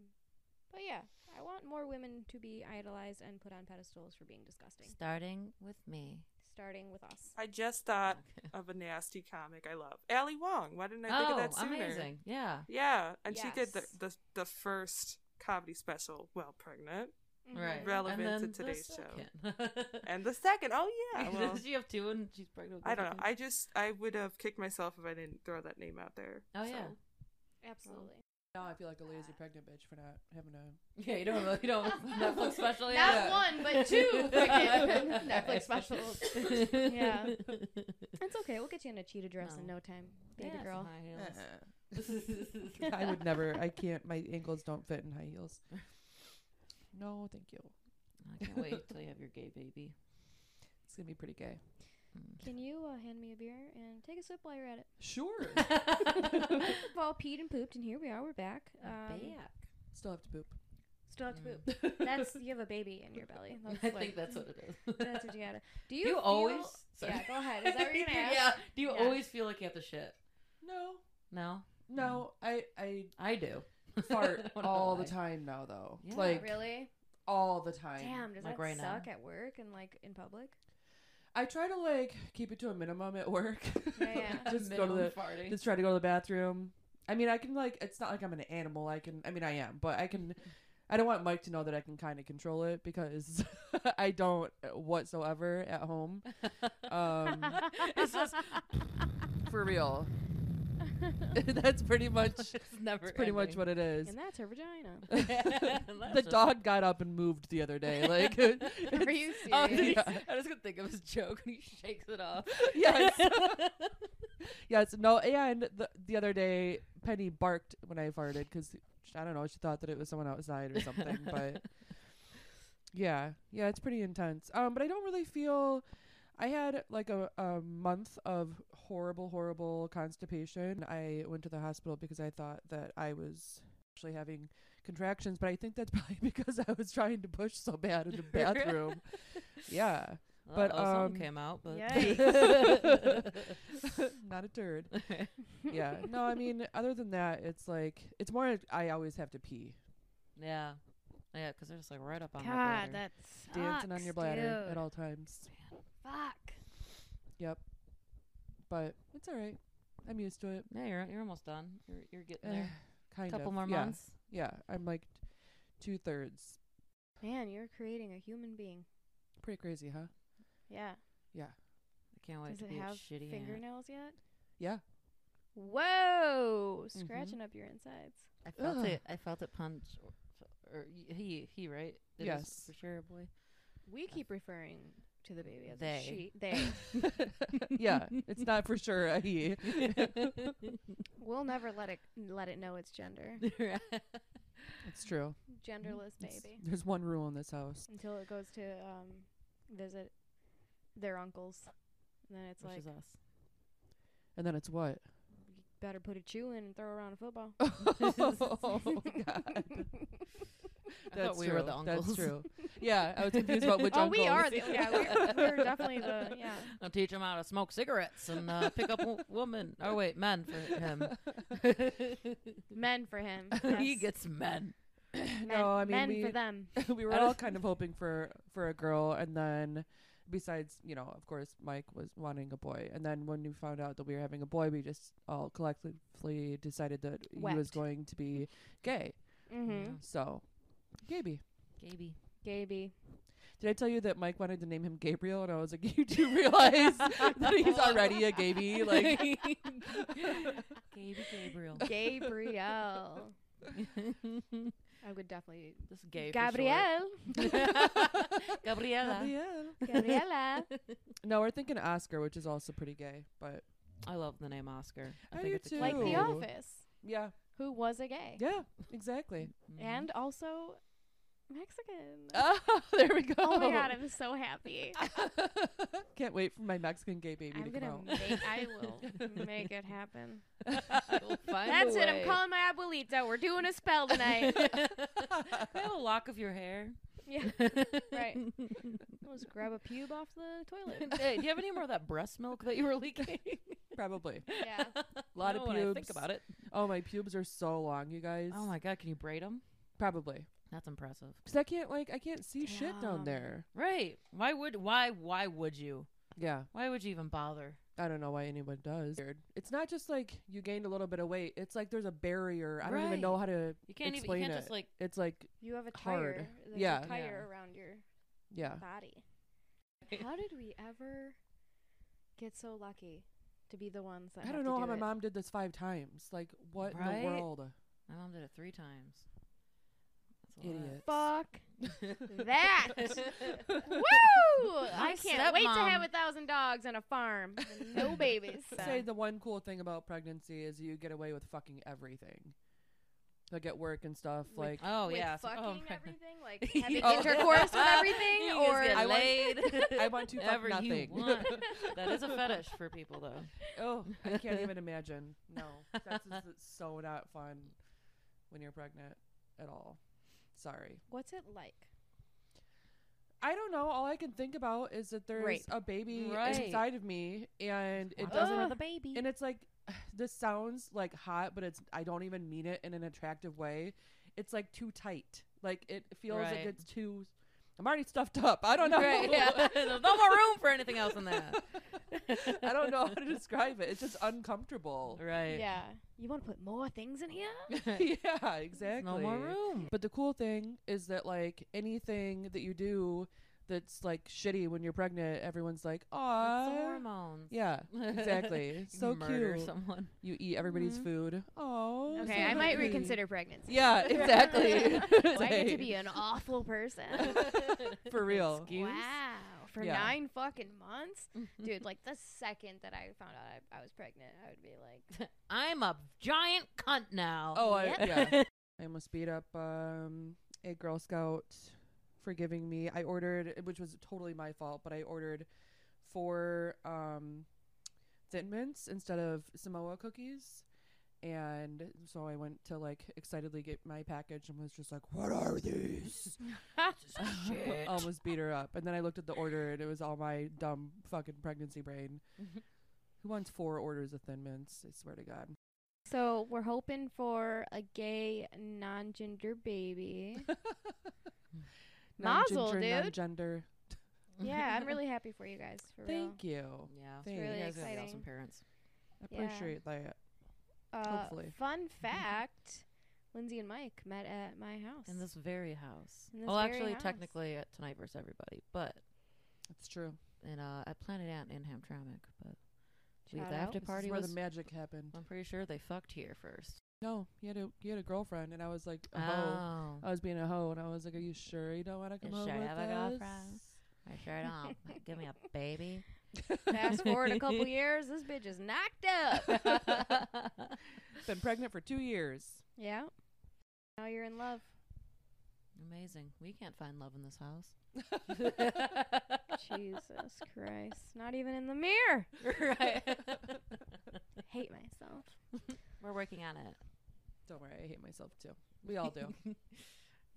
Speaker 3: but yeah, I want more women to be idolized and put on pedestals for being disgusting,
Speaker 2: Starting with me.
Speaker 3: starting with us.
Speaker 5: I just thought
Speaker 2: Okay.
Speaker 5: of a nasty comic I love. Ali Wong. Why didn't I think
Speaker 2: oh,
Speaker 5: of that sooner?
Speaker 2: amazing. Yeah.
Speaker 5: Yeah. And she did the,
Speaker 3: Yes.
Speaker 5: the the first comedy special while pregnant.
Speaker 3: Mm-hmm.
Speaker 2: Right.
Speaker 5: Mm-hmm. Relevant
Speaker 2: and
Speaker 5: to
Speaker 2: then
Speaker 5: today's
Speaker 2: the
Speaker 5: show.
Speaker 2: second.
Speaker 5: And the second, oh yeah. Well,
Speaker 2: Does she have two and she's pregnant? with
Speaker 5: I
Speaker 2: the
Speaker 5: don't know.
Speaker 2: second?
Speaker 5: I just I would have kicked myself if I didn't throw that name out there.
Speaker 2: Oh,
Speaker 5: so.
Speaker 2: yeah.
Speaker 3: Absolutely.
Speaker 4: now i feel like a lazy pregnant bitch for not having a
Speaker 2: Yeah, you don't. You don't Netflix special.
Speaker 1: Not
Speaker 2: yet?
Speaker 1: one, but two freaking Netflix specials.
Speaker 3: Yeah.
Speaker 2: Yeah,
Speaker 3: It's okay. We'll get you in a cheetah dress in
Speaker 2: No.
Speaker 3: no time, baby
Speaker 2: some
Speaker 3: girl.
Speaker 2: high heels.
Speaker 4: i would never i can't my ankles don't fit in high heels no thank you
Speaker 2: I can't wait till you have your gay baby.
Speaker 4: it's gonna be pretty gay
Speaker 3: Can you uh, hand me a beer and take a sip while you're at it?
Speaker 4: sure
Speaker 3: We've all peed and pooped, and here we are. We're back. Um,
Speaker 4: still have to poop
Speaker 3: Still have to poop.
Speaker 2: Back.
Speaker 3: Um, That's you have a baby in your belly. That's
Speaker 2: Mm. I
Speaker 3: what-
Speaker 2: think that's what it is.
Speaker 3: That's what you gotta. Do you,
Speaker 2: you
Speaker 3: feel-
Speaker 2: always? Sorry.
Speaker 3: Yeah, go ahead. Is that what you're gonna ask?
Speaker 2: yeah. Do you
Speaker 3: Yeah.
Speaker 2: always feel like you have to shit?
Speaker 4: no
Speaker 2: No,
Speaker 4: no i i
Speaker 2: I do.
Speaker 4: fart
Speaker 2: What am
Speaker 4: all the
Speaker 2: I?
Speaker 4: time now though
Speaker 2: Yeah.
Speaker 4: like
Speaker 3: really?
Speaker 4: all the time
Speaker 3: Damn, does
Speaker 2: Like
Speaker 3: that
Speaker 2: right now.
Speaker 3: suck at work and like in public?
Speaker 4: I try to like keep it to a minimum at work.
Speaker 3: Yeah, yeah.
Speaker 4: just go
Speaker 2: Minimum
Speaker 4: to the
Speaker 2: farting.
Speaker 4: just try to go to the bathroom. I mean, I can like it's not like I'm an animal. I can I mean I am, but I can I don't want Mike to know that I can kind of control it because I don't whatsoever at home. Um
Speaker 2: it's just
Speaker 4: for real. That's pretty much
Speaker 2: it's never
Speaker 4: that's pretty much
Speaker 2: ending.
Speaker 4: what it is.
Speaker 3: and that's her vagina.
Speaker 2: That's
Speaker 4: the
Speaker 2: just-
Speaker 4: dog got up and moved the other day. Like it-
Speaker 1: Are you
Speaker 2: Oh, did
Speaker 1: serious?
Speaker 2: he-
Speaker 4: Yeah.
Speaker 2: I just could think of his joke when he shakes it off.
Speaker 4: yes. yes. No. And the the other day, Penny barked when I farted because I don't know. She thought that it was someone outside or something. but yeah, yeah, it's pretty intense. Um, but I don't really feel. I had like a, a month of horrible, horrible constipation. I went to the hospital because I thought that I was actually having contractions, but I think that's probably because I was trying to push so bad in the bathroom. yeah.
Speaker 2: But
Speaker 4: But,
Speaker 2: oh, something
Speaker 4: um,
Speaker 2: came out. But
Speaker 4: Not a turd. yeah. No, I mean, other than that, it's like it's more. I always have to pee,
Speaker 2: yeah, yeah, because they're just like right up on Oh my
Speaker 1: God,
Speaker 2: bladder.
Speaker 1: that's
Speaker 4: dancing on your bladder at all times.
Speaker 1: Fuck.
Speaker 4: Yep. But it's all right. I'm used to it.
Speaker 2: Yeah, you're you're almost done. You're you're getting
Speaker 4: Eh,
Speaker 2: there.
Speaker 4: kind
Speaker 2: couple
Speaker 4: of.
Speaker 2: more
Speaker 4: yeah.
Speaker 2: months.
Speaker 4: Yeah. I'm like two thirds.
Speaker 3: Man, you're creating a human being.
Speaker 4: Pretty crazy, huh?
Speaker 3: Yeah.
Speaker 2: I can't wait
Speaker 3: Does
Speaker 2: to
Speaker 3: it
Speaker 2: be a
Speaker 3: have
Speaker 2: shitty aunt.
Speaker 3: fingernails yet?
Speaker 4: Yeah.
Speaker 2: Mm-hmm.
Speaker 3: Whoa! Scratching up your insides.
Speaker 2: I felt
Speaker 4: Ugh.
Speaker 2: it. I felt it punch. Or, or y- he he right. It is
Speaker 4: Yes.
Speaker 2: for sure, boy.
Speaker 3: We keep referring to the baby as
Speaker 2: They.
Speaker 3: a she. They.
Speaker 4: yeah. It's not for sure a he.
Speaker 3: we'll never let it let it know its gender.
Speaker 4: It's true.
Speaker 3: Genderless
Speaker 4: It's-
Speaker 3: baby.
Speaker 4: there's one rule in this house.
Speaker 3: Until it goes to um, visit their uncles. And then it's
Speaker 2: Which
Speaker 3: like,
Speaker 2: is us.
Speaker 4: And then it's what?
Speaker 3: you better put a chew in and throw around a football.
Speaker 4: oh, God.
Speaker 2: I thought we were the uncles.
Speaker 4: That's true. Yeah, I was confused about which
Speaker 3: oh,
Speaker 4: uncles.
Speaker 3: we are. The, yeah, we're, we're definitely the. Yeah.
Speaker 2: I'll teach him how to smoke cigarettes and uh, pick up w- women. Oh wait, men for him.
Speaker 3: Men for him.
Speaker 2: he
Speaker 3: yes.
Speaker 2: gets men.
Speaker 3: men,
Speaker 4: No, I mean,
Speaker 3: men
Speaker 4: we-
Speaker 3: for them.
Speaker 4: we were all kind of hoping for for a girl, and then besides, you know, of course, Mike was wanting a boy, and then when we found out that we were having a boy, we just all collectively decided that he was
Speaker 3: Wept.
Speaker 4: going to be gay.
Speaker 3: Mm-hmm.
Speaker 4: So, Gaby.
Speaker 2: Gaby.
Speaker 3: Gaby.
Speaker 4: Did I tell you that Mike wanted to name him Gabriel, and I was like, you do realize that he's already a Gaby? Like,
Speaker 2: Gaby Gabriel.
Speaker 3: Gabrielle. I would definitely.
Speaker 2: This is gay.
Speaker 3: Gabrielle.
Speaker 2: For short. Gabriella.
Speaker 4: Gabriel.
Speaker 3: Gabriella.
Speaker 4: No, we're thinking Oscar, which is also pretty gay, but
Speaker 2: I love the name Oscar. I,
Speaker 4: I
Speaker 2: think
Speaker 4: do
Speaker 2: it's a cute
Speaker 3: like
Speaker 4: Ew.
Speaker 3: The
Speaker 2: name.
Speaker 3: Office,
Speaker 4: yeah,
Speaker 3: who was a gay
Speaker 4: yeah, exactly.
Speaker 2: Mhm.
Speaker 3: and also Mexican.
Speaker 4: Mm-hmm. Oh, there we go.
Speaker 3: Oh my god, I'm so happy.
Speaker 4: Can't wait for my Mexican gay baby
Speaker 3: I'm
Speaker 4: to come
Speaker 3: gonna
Speaker 4: out.
Speaker 3: make I will make it happen.
Speaker 2: I will find
Speaker 3: That's
Speaker 2: a
Speaker 3: it. I'm
Speaker 2: way.
Speaker 3: calling my abuelita. We're doing a spell tonight.
Speaker 2: I have a lock of your hair.
Speaker 3: yeah, right. I'll just grab a pube off the toilet.
Speaker 2: Hey, do you have any more of that breast milk that you were leaking?
Speaker 4: Probably.
Speaker 3: Yeah.
Speaker 4: A lot
Speaker 2: You
Speaker 4: of
Speaker 2: know,
Speaker 4: pubes.
Speaker 2: When I think about it.
Speaker 4: Oh, my pubes are so long, you guys.
Speaker 2: Oh my god, can you braid them?
Speaker 4: Probably.
Speaker 2: That's impressive.
Speaker 4: Because I can't, like, I can't see shit
Speaker 3: Damn.
Speaker 4: down there.
Speaker 2: Right? Why would why why would you?
Speaker 4: Yeah.
Speaker 2: Why would you even bother?
Speaker 4: I don't know why anyone does. Weird. It's not just like you gained a little bit of weight. It's like there's a barrier. I don't even
Speaker 2: Right.
Speaker 4: know how to
Speaker 2: You can't even.
Speaker 4: explain
Speaker 2: You can't
Speaker 4: it.
Speaker 2: just like.
Speaker 4: it's like,
Speaker 3: You have a
Speaker 4: Hard.
Speaker 3: tire. There's
Speaker 4: Yeah. Uh.
Speaker 3: a tire around your
Speaker 4: yeah.
Speaker 3: body. How did we ever get so lucky to be the ones that
Speaker 4: I
Speaker 3: have
Speaker 4: don't
Speaker 3: to
Speaker 4: know
Speaker 3: do
Speaker 4: how my
Speaker 3: it?
Speaker 4: mom did this five times. Like, what in
Speaker 2: Right?
Speaker 4: the world?
Speaker 2: My mom did it three times. That's a lot.
Speaker 4: Idiot.
Speaker 3: Fuck that. Woo! I can't wait to have
Speaker 2: Stepmom.
Speaker 3: a thousand dogs and a farm. and No babies.
Speaker 4: say the one cool thing about pregnancy is you get away with fucking everything. Like at work and stuff.
Speaker 3: Like,
Speaker 4: like
Speaker 2: Oh
Speaker 3: with
Speaker 2: yeah. so-
Speaker 3: fucking
Speaker 2: oh, my-
Speaker 3: everything, like having
Speaker 4: Oh.
Speaker 3: intercourse with everything,
Speaker 2: You just
Speaker 3: or
Speaker 2: get
Speaker 4: I want-
Speaker 2: laid.
Speaker 4: I want to fuck
Speaker 2: Whatever you
Speaker 4: nothing.
Speaker 2: want. that is a fetish for people though.
Speaker 4: oh, I can't even imagine. No, that's just it's so not fun when you're pregnant at all. Sorry.
Speaker 3: what's it like?
Speaker 4: I don't know. All I can think about is that there's
Speaker 3: Rape.
Speaker 4: a baby
Speaker 2: Right.
Speaker 4: inside of me, and it
Speaker 2: Watch
Speaker 4: doesn't.
Speaker 2: out
Speaker 3: Ugh.
Speaker 2: for the baby.
Speaker 4: And it's like, this sounds like hot, but it's. I don't even mean it in an attractive way. It's like too tight. Like it feels like
Speaker 2: Right.
Speaker 4: it's too I'm already stuffed up. I don't know.
Speaker 2: Right, yeah. There's no more room for anything else than that.
Speaker 4: I don't know how to describe it. It's just uncomfortable.
Speaker 2: Right.
Speaker 3: Yeah. You want to put more things in here?
Speaker 4: yeah, exactly.
Speaker 2: No more room.
Speaker 4: But the cool thing is that like anything that you do that's like shitty when you're pregnant, everyone's like,
Speaker 2: It's the
Speaker 4: "Aw."
Speaker 2: hormones.
Speaker 4: Uh, Yeah, exactly.
Speaker 2: You
Speaker 4: so
Speaker 2: murder
Speaker 4: cute.
Speaker 2: someone. Mm-hmm.
Speaker 4: You eat everybody's
Speaker 3: Mhm.
Speaker 4: food. Oh.
Speaker 3: Okay,
Speaker 4: so
Speaker 3: I might
Speaker 4: lovely.
Speaker 3: reconsider pregnancy.
Speaker 4: Yeah, exactly.
Speaker 3: Do I get to
Speaker 4: Like,
Speaker 3: be an awful person?
Speaker 4: for real.
Speaker 2: Excuse?
Speaker 3: Wow. For
Speaker 4: Yeah. Mm-hmm.
Speaker 3: nine fucking months? Dude, like the second that I found out I, I was pregnant, I would be like,
Speaker 2: I'm a giant cunt now.
Speaker 4: Oh, I,
Speaker 3: Yep.
Speaker 4: yeah. I almost beat up um, a Girl Scout for giving me. I ordered, which was totally my fault, but I ordered four um, Thin Mints instead of Samoa cookies. And so I went to like excitedly get my package and was just like, "What are these?"
Speaker 2: This is
Speaker 4: Oh,
Speaker 2: shit.
Speaker 4: Almost beat her up. And then I looked at the order and it was all my dumb fucking pregnancy brain. Who wants four orders of Thin Mints? I swear to God.
Speaker 3: so we're hoping for a gay, non gender baby. Mazel,
Speaker 4: Non-ginger,
Speaker 3: dude.
Speaker 4: non-gender.
Speaker 3: yeah, I'm really happy for you guys. For real.
Speaker 4: Thank you.
Speaker 2: Yeah.
Speaker 4: Thanks.
Speaker 2: you guys are
Speaker 3: really
Speaker 2: gonna be
Speaker 3: exciting.
Speaker 2: awesome parents.
Speaker 4: I
Speaker 3: Yeah.
Speaker 4: appreciate that.
Speaker 3: Uh,
Speaker 4: Hopefully.
Speaker 3: Fun fact Lindsay and Mike met at my house.
Speaker 2: In this very house.
Speaker 3: In this
Speaker 2: well,
Speaker 3: very
Speaker 2: actually,
Speaker 3: house.
Speaker 2: technically, at tonight versus everybody, but
Speaker 4: It's true.
Speaker 2: in uh, at Planet Ant in Hamtramck, but we
Speaker 3: Shout
Speaker 2: the
Speaker 3: out.
Speaker 2: after
Speaker 4: This is
Speaker 2: party
Speaker 4: where
Speaker 2: was.
Speaker 4: the magic happened.
Speaker 2: I'm pretty sure they fucked here first.
Speaker 4: No, you had a you had a girlfriend, and I was like a
Speaker 2: Oh.
Speaker 4: hoe. I was being a hoe, and I was like, "Are you sure you don't want to come
Speaker 2: You
Speaker 4: home
Speaker 2: sure you
Speaker 4: with
Speaker 2: have a girlfriend?
Speaker 4: us?"
Speaker 2: my shirt on. Give me a baby.
Speaker 3: Fast forward a couple years, this bitch is knocked up.
Speaker 2: Amazing.
Speaker 4: Been pregnant for two years.
Speaker 3: yeah. Now you're in love.
Speaker 2: We can't find love in this house.
Speaker 3: Jesus Christ. Not even in the mirror.
Speaker 2: right.
Speaker 3: Hate myself.
Speaker 2: We're working on it.
Speaker 4: Don't worry, I hate myself too. We all do.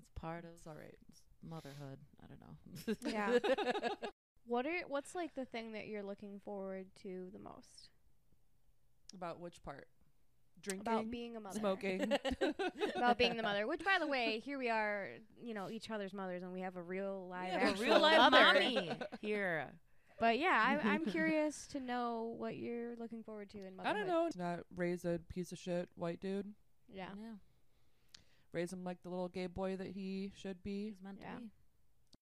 Speaker 2: It's part
Speaker 4: it's
Speaker 2: of
Speaker 4: all right.
Speaker 2: motherhood. I don't know.
Speaker 3: Yeah. What are what's like the thing that you're looking forward to the most?
Speaker 4: About which part? Drinking,
Speaker 3: About being a mother.
Speaker 4: smoking.
Speaker 3: About being the mother. Which by the way, here we are, you know, each other's mothers and we have a real live
Speaker 2: Yeah,
Speaker 3: actual
Speaker 2: real life
Speaker 3: mother.
Speaker 2: mommy here.
Speaker 3: But yeah, I I'm curious to know what you're looking forward to in
Speaker 4: I
Speaker 3: motherhood.
Speaker 4: don't know. Not raise a piece of shit white dude.
Speaker 3: Yeah.
Speaker 4: Raise him like the little gay boy that he should be.
Speaker 2: He's meant
Speaker 3: Yeah.
Speaker 2: to be.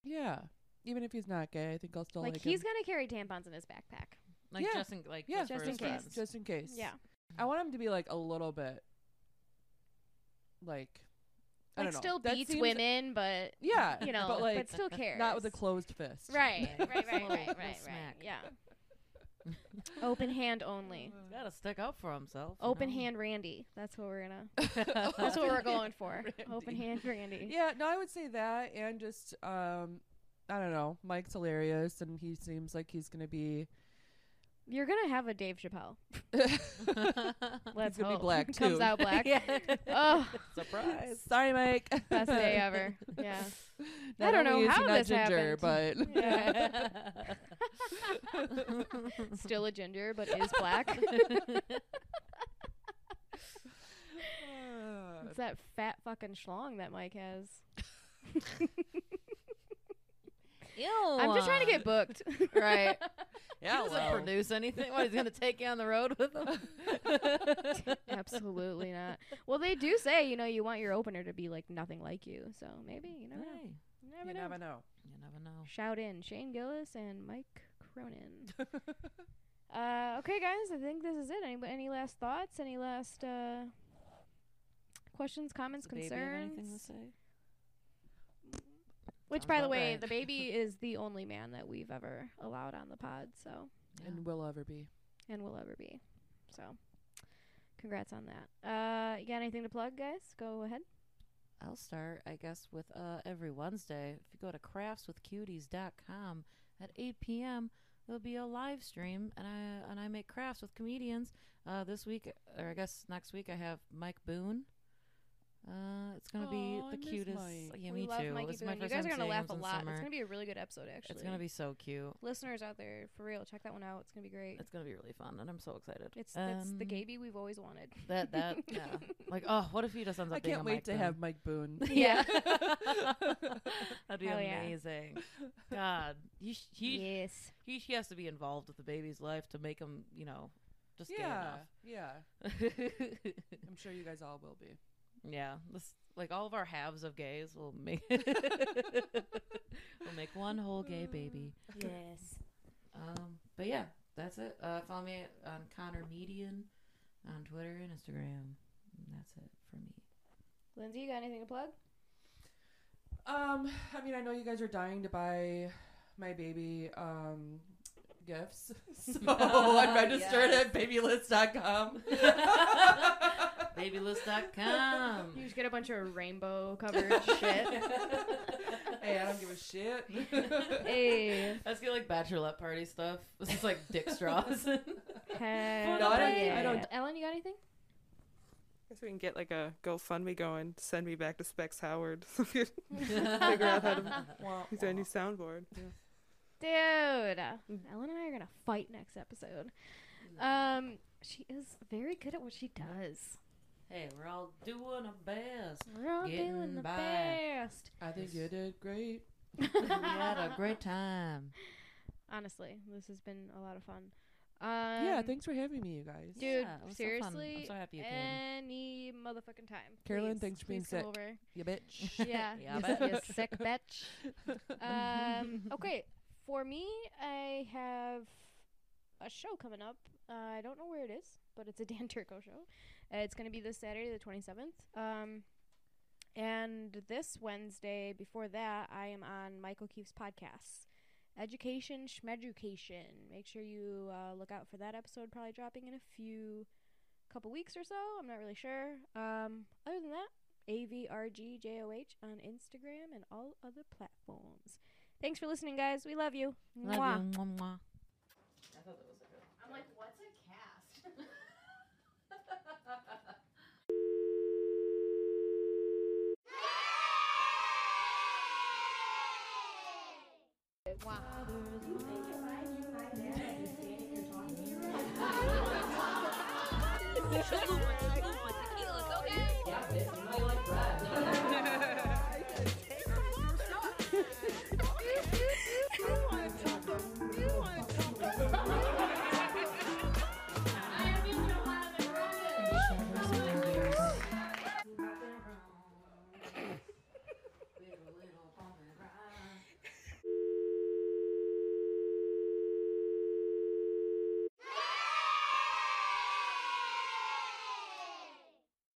Speaker 4: Yeah. Even if he's not gay, I think I'll still like,
Speaker 3: Like, he's
Speaker 4: him.
Speaker 3: gonna carry tampons in his backpack.
Speaker 2: Like
Speaker 4: Yeah.
Speaker 2: just in like
Speaker 4: Yeah.
Speaker 2: just, for
Speaker 3: Just
Speaker 2: his
Speaker 3: in case.
Speaker 2: friends.
Speaker 4: just in case.
Speaker 3: Yeah.
Speaker 4: I want him to be like a little bit like I
Speaker 3: Like
Speaker 4: don't know.
Speaker 3: still
Speaker 4: That
Speaker 3: beats
Speaker 4: seems-
Speaker 3: women, but
Speaker 4: Yeah.
Speaker 3: you know,
Speaker 4: but like
Speaker 3: still cares.
Speaker 4: not with a closed fist.
Speaker 3: Right,
Speaker 2: Yeah.
Speaker 3: right, right,
Speaker 2: Little-
Speaker 3: right,
Speaker 2: little
Speaker 3: right, right.
Speaker 2: smack.
Speaker 3: Yeah. Open hand only.
Speaker 2: He's gotta stick up for himself. you
Speaker 3: Open
Speaker 2: know?
Speaker 3: hand Randy. That's what we're gonna.
Speaker 2: That's
Speaker 3: That's what we're going for. Open
Speaker 4: Randy.
Speaker 3: hand Randy.
Speaker 4: Yeah, no, I would say that and just um I don't know. Mike's hilarious and he seems like he's gonna be
Speaker 3: You're gonna have a Dave Chappelle. Let's
Speaker 4: gonna be
Speaker 3: hope.
Speaker 4: black,
Speaker 3: Comes
Speaker 4: too.
Speaker 3: out black.
Speaker 2: Yeah.
Speaker 3: Oh,
Speaker 2: Surprise.
Speaker 4: Sorry, Mike.
Speaker 3: best day ever. Yeah.
Speaker 4: Not
Speaker 3: don't know
Speaker 4: only is he
Speaker 3: how
Speaker 4: not
Speaker 3: this
Speaker 4: ginger, but
Speaker 3: Yeah. Still a ginger, but is black. It's that fat fucking schlong that Mike has.
Speaker 2: Ew.
Speaker 3: I'm just trying to get booked.
Speaker 2: right.
Speaker 4: yeah,
Speaker 2: he doesn't
Speaker 4: Oh, well.
Speaker 2: produce anything. What he's gonna take you on the road with him?
Speaker 3: Absolutely not. Well, they do say, you know, you want your opener to be like nothing like you. So maybe, you never know.
Speaker 2: Hey,
Speaker 3: You
Speaker 4: You
Speaker 3: never know.
Speaker 4: never know.
Speaker 2: you never know.
Speaker 3: Shout in Shane Gillis and Mike Cronin. uh, okay, guys, I think this is it. Any, any last thoughts? Any last uh, questions, comments,
Speaker 2: Does the baby have anything to
Speaker 3: concerns?
Speaker 2: say?
Speaker 3: Which,
Speaker 2: Sounds
Speaker 3: by the
Speaker 2: about
Speaker 3: way,
Speaker 2: right.
Speaker 3: the baby is the only man that we've ever allowed on the pod, so
Speaker 2: Yeah.
Speaker 4: And will ever be.
Speaker 3: and will ever be. So, congrats on that. Uh, you got anything to plug, guys? Go ahead.
Speaker 2: I'll start, I guess, with uh, every Wednesday. If you go to craftswithcuties.com at 8 p.m., there'll be a live stream, and I and I make crafts with comedians. Uh, this week, or I guess next week, I have Mike Boone. Uh, it's gonna be the
Speaker 4: miss
Speaker 2: cutest.
Speaker 4: Mike.
Speaker 2: Yeah,
Speaker 3: we
Speaker 2: me
Speaker 3: love
Speaker 2: too.
Speaker 3: Mikey
Speaker 2: It's my
Speaker 3: Boone. You
Speaker 2: first
Speaker 3: guys
Speaker 2: time
Speaker 3: are gonna
Speaker 2: seeing
Speaker 3: laugh
Speaker 2: him
Speaker 3: a
Speaker 2: since
Speaker 3: lot.
Speaker 2: summer.
Speaker 3: It's gonna be a really good episode, actually.
Speaker 2: It's gonna be so cute.
Speaker 3: listeners out there for real. Check that one out. It's gonna be great.
Speaker 2: It's gonna be really fun, and I'm so excited.
Speaker 3: It's that's the
Speaker 2: Um,
Speaker 3: Gaby we've always wanted.
Speaker 2: That that yeah. Like oh, what if he just ends up?
Speaker 4: I
Speaker 2: being
Speaker 4: can't
Speaker 2: a
Speaker 4: wait
Speaker 2: Mike
Speaker 4: to
Speaker 2: Boone?
Speaker 4: have Mike Boone.
Speaker 3: Yeah.
Speaker 2: That'd be
Speaker 3: Hell yeah.
Speaker 2: amazing. God, he sh- he
Speaker 3: yes.
Speaker 2: he she has to be involved with the baby's life to make him, you know, just
Speaker 4: yeah,
Speaker 2: gay enough.
Speaker 4: I'm sure you guys all will be.
Speaker 2: yeah, this like all of our halves of gays will make we'll make one whole gay baby.
Speaker 1: Yes.
Speaker 2: Um, but yeah, that's it. Uh, follow me on Connor Median on Twitter and Instagram. And that's it for me.
Speaker 3: Lindsay, you got anything to plug?
Speaker 4: Um, I mean, I know you guys are dying to buy my baby um gifts, so I'm registered at babylist.com.
Speaker 3: You
Speaker 2: Babylist.com.
Speaker 3: just get a bunch of rainbow covered shit.
Speaker 4: hey, I don't give a shit.
Speaker 3: Hey,
Speaker 2: That's good, like bachelorette party stuff. This is like dick straws.
Speaker 3: heck
Speaker 4: No, I don't- I
Speaker 3: yeah.
Speaker 4: don't-
Speaker 3: Ellen, you got anything?
Speaker 5: guess we can get like a GoFundMe going. Send me back to Specs Howard. Figure out how to
Speaker 4: Wah,
Speaker 5: use our new
Speaker 4: wah.
Speaker 5: soundboard.
Speaker 3: Dude, Mm, Ellen and I are gonna fight next episode. Um, she is very good at what she does.
Speaker 2: hey, we're all doing our best.
Speaker 3: We're all
Speaker 2: Getting
Speaker 3: doing the
Speaker 2: by.
Speaker 3: best.
Speaker 4: I think you did great.
Speaker 2: we had a great time.
Speaker 3: Honestly, this has been a lot of fun.
Speaker 4: yeah,
Speaker 3: Um,
Speaker 4: thanks for having me, you guys.
Speaker 2: Yeah,
Speaker 3: Dude,
Speaker 2: it was so fun.
Speaker 3: seriously,
Speaker 2: I'm so happy you came.
Speaker 3: any motherfucking time.
Speaker 4: Carolyn,
Speaker 3: Please,
Speaker 4: thanks for being
Speaker 3: please come
Speaker 4: sick.
Speaker 3: over.
Speaker 4: You bitch.
Speaker 3: Yeah,
Speaker 2: Yeah,
Speaker 3: you
Speaker 2: but-
Speaker 3: s- you sick bitch. Um, okay, for me, I have a show coming up. Uh, I don't know where it is, but it's a Dan Turco show. Uh, it's going to be this Saturday, the 27th. Um, and this Wednesday, before that, I am on Michael Keefe's podcast, Education Schmeducation. Make sure you uh, look out for that episode, probably dropping in a few couple weeks or so. I'm not really sure. Um, other than that, AVRGJOH on Instagram and all other platforms. Thanks for listening, guys. We love you.
Speaker 2: Love
Speaker 3: Mwah.
Speaker 2: you. Mwah, mwah. I thought that was a good
Speaker 1: I'm like, what's a cast?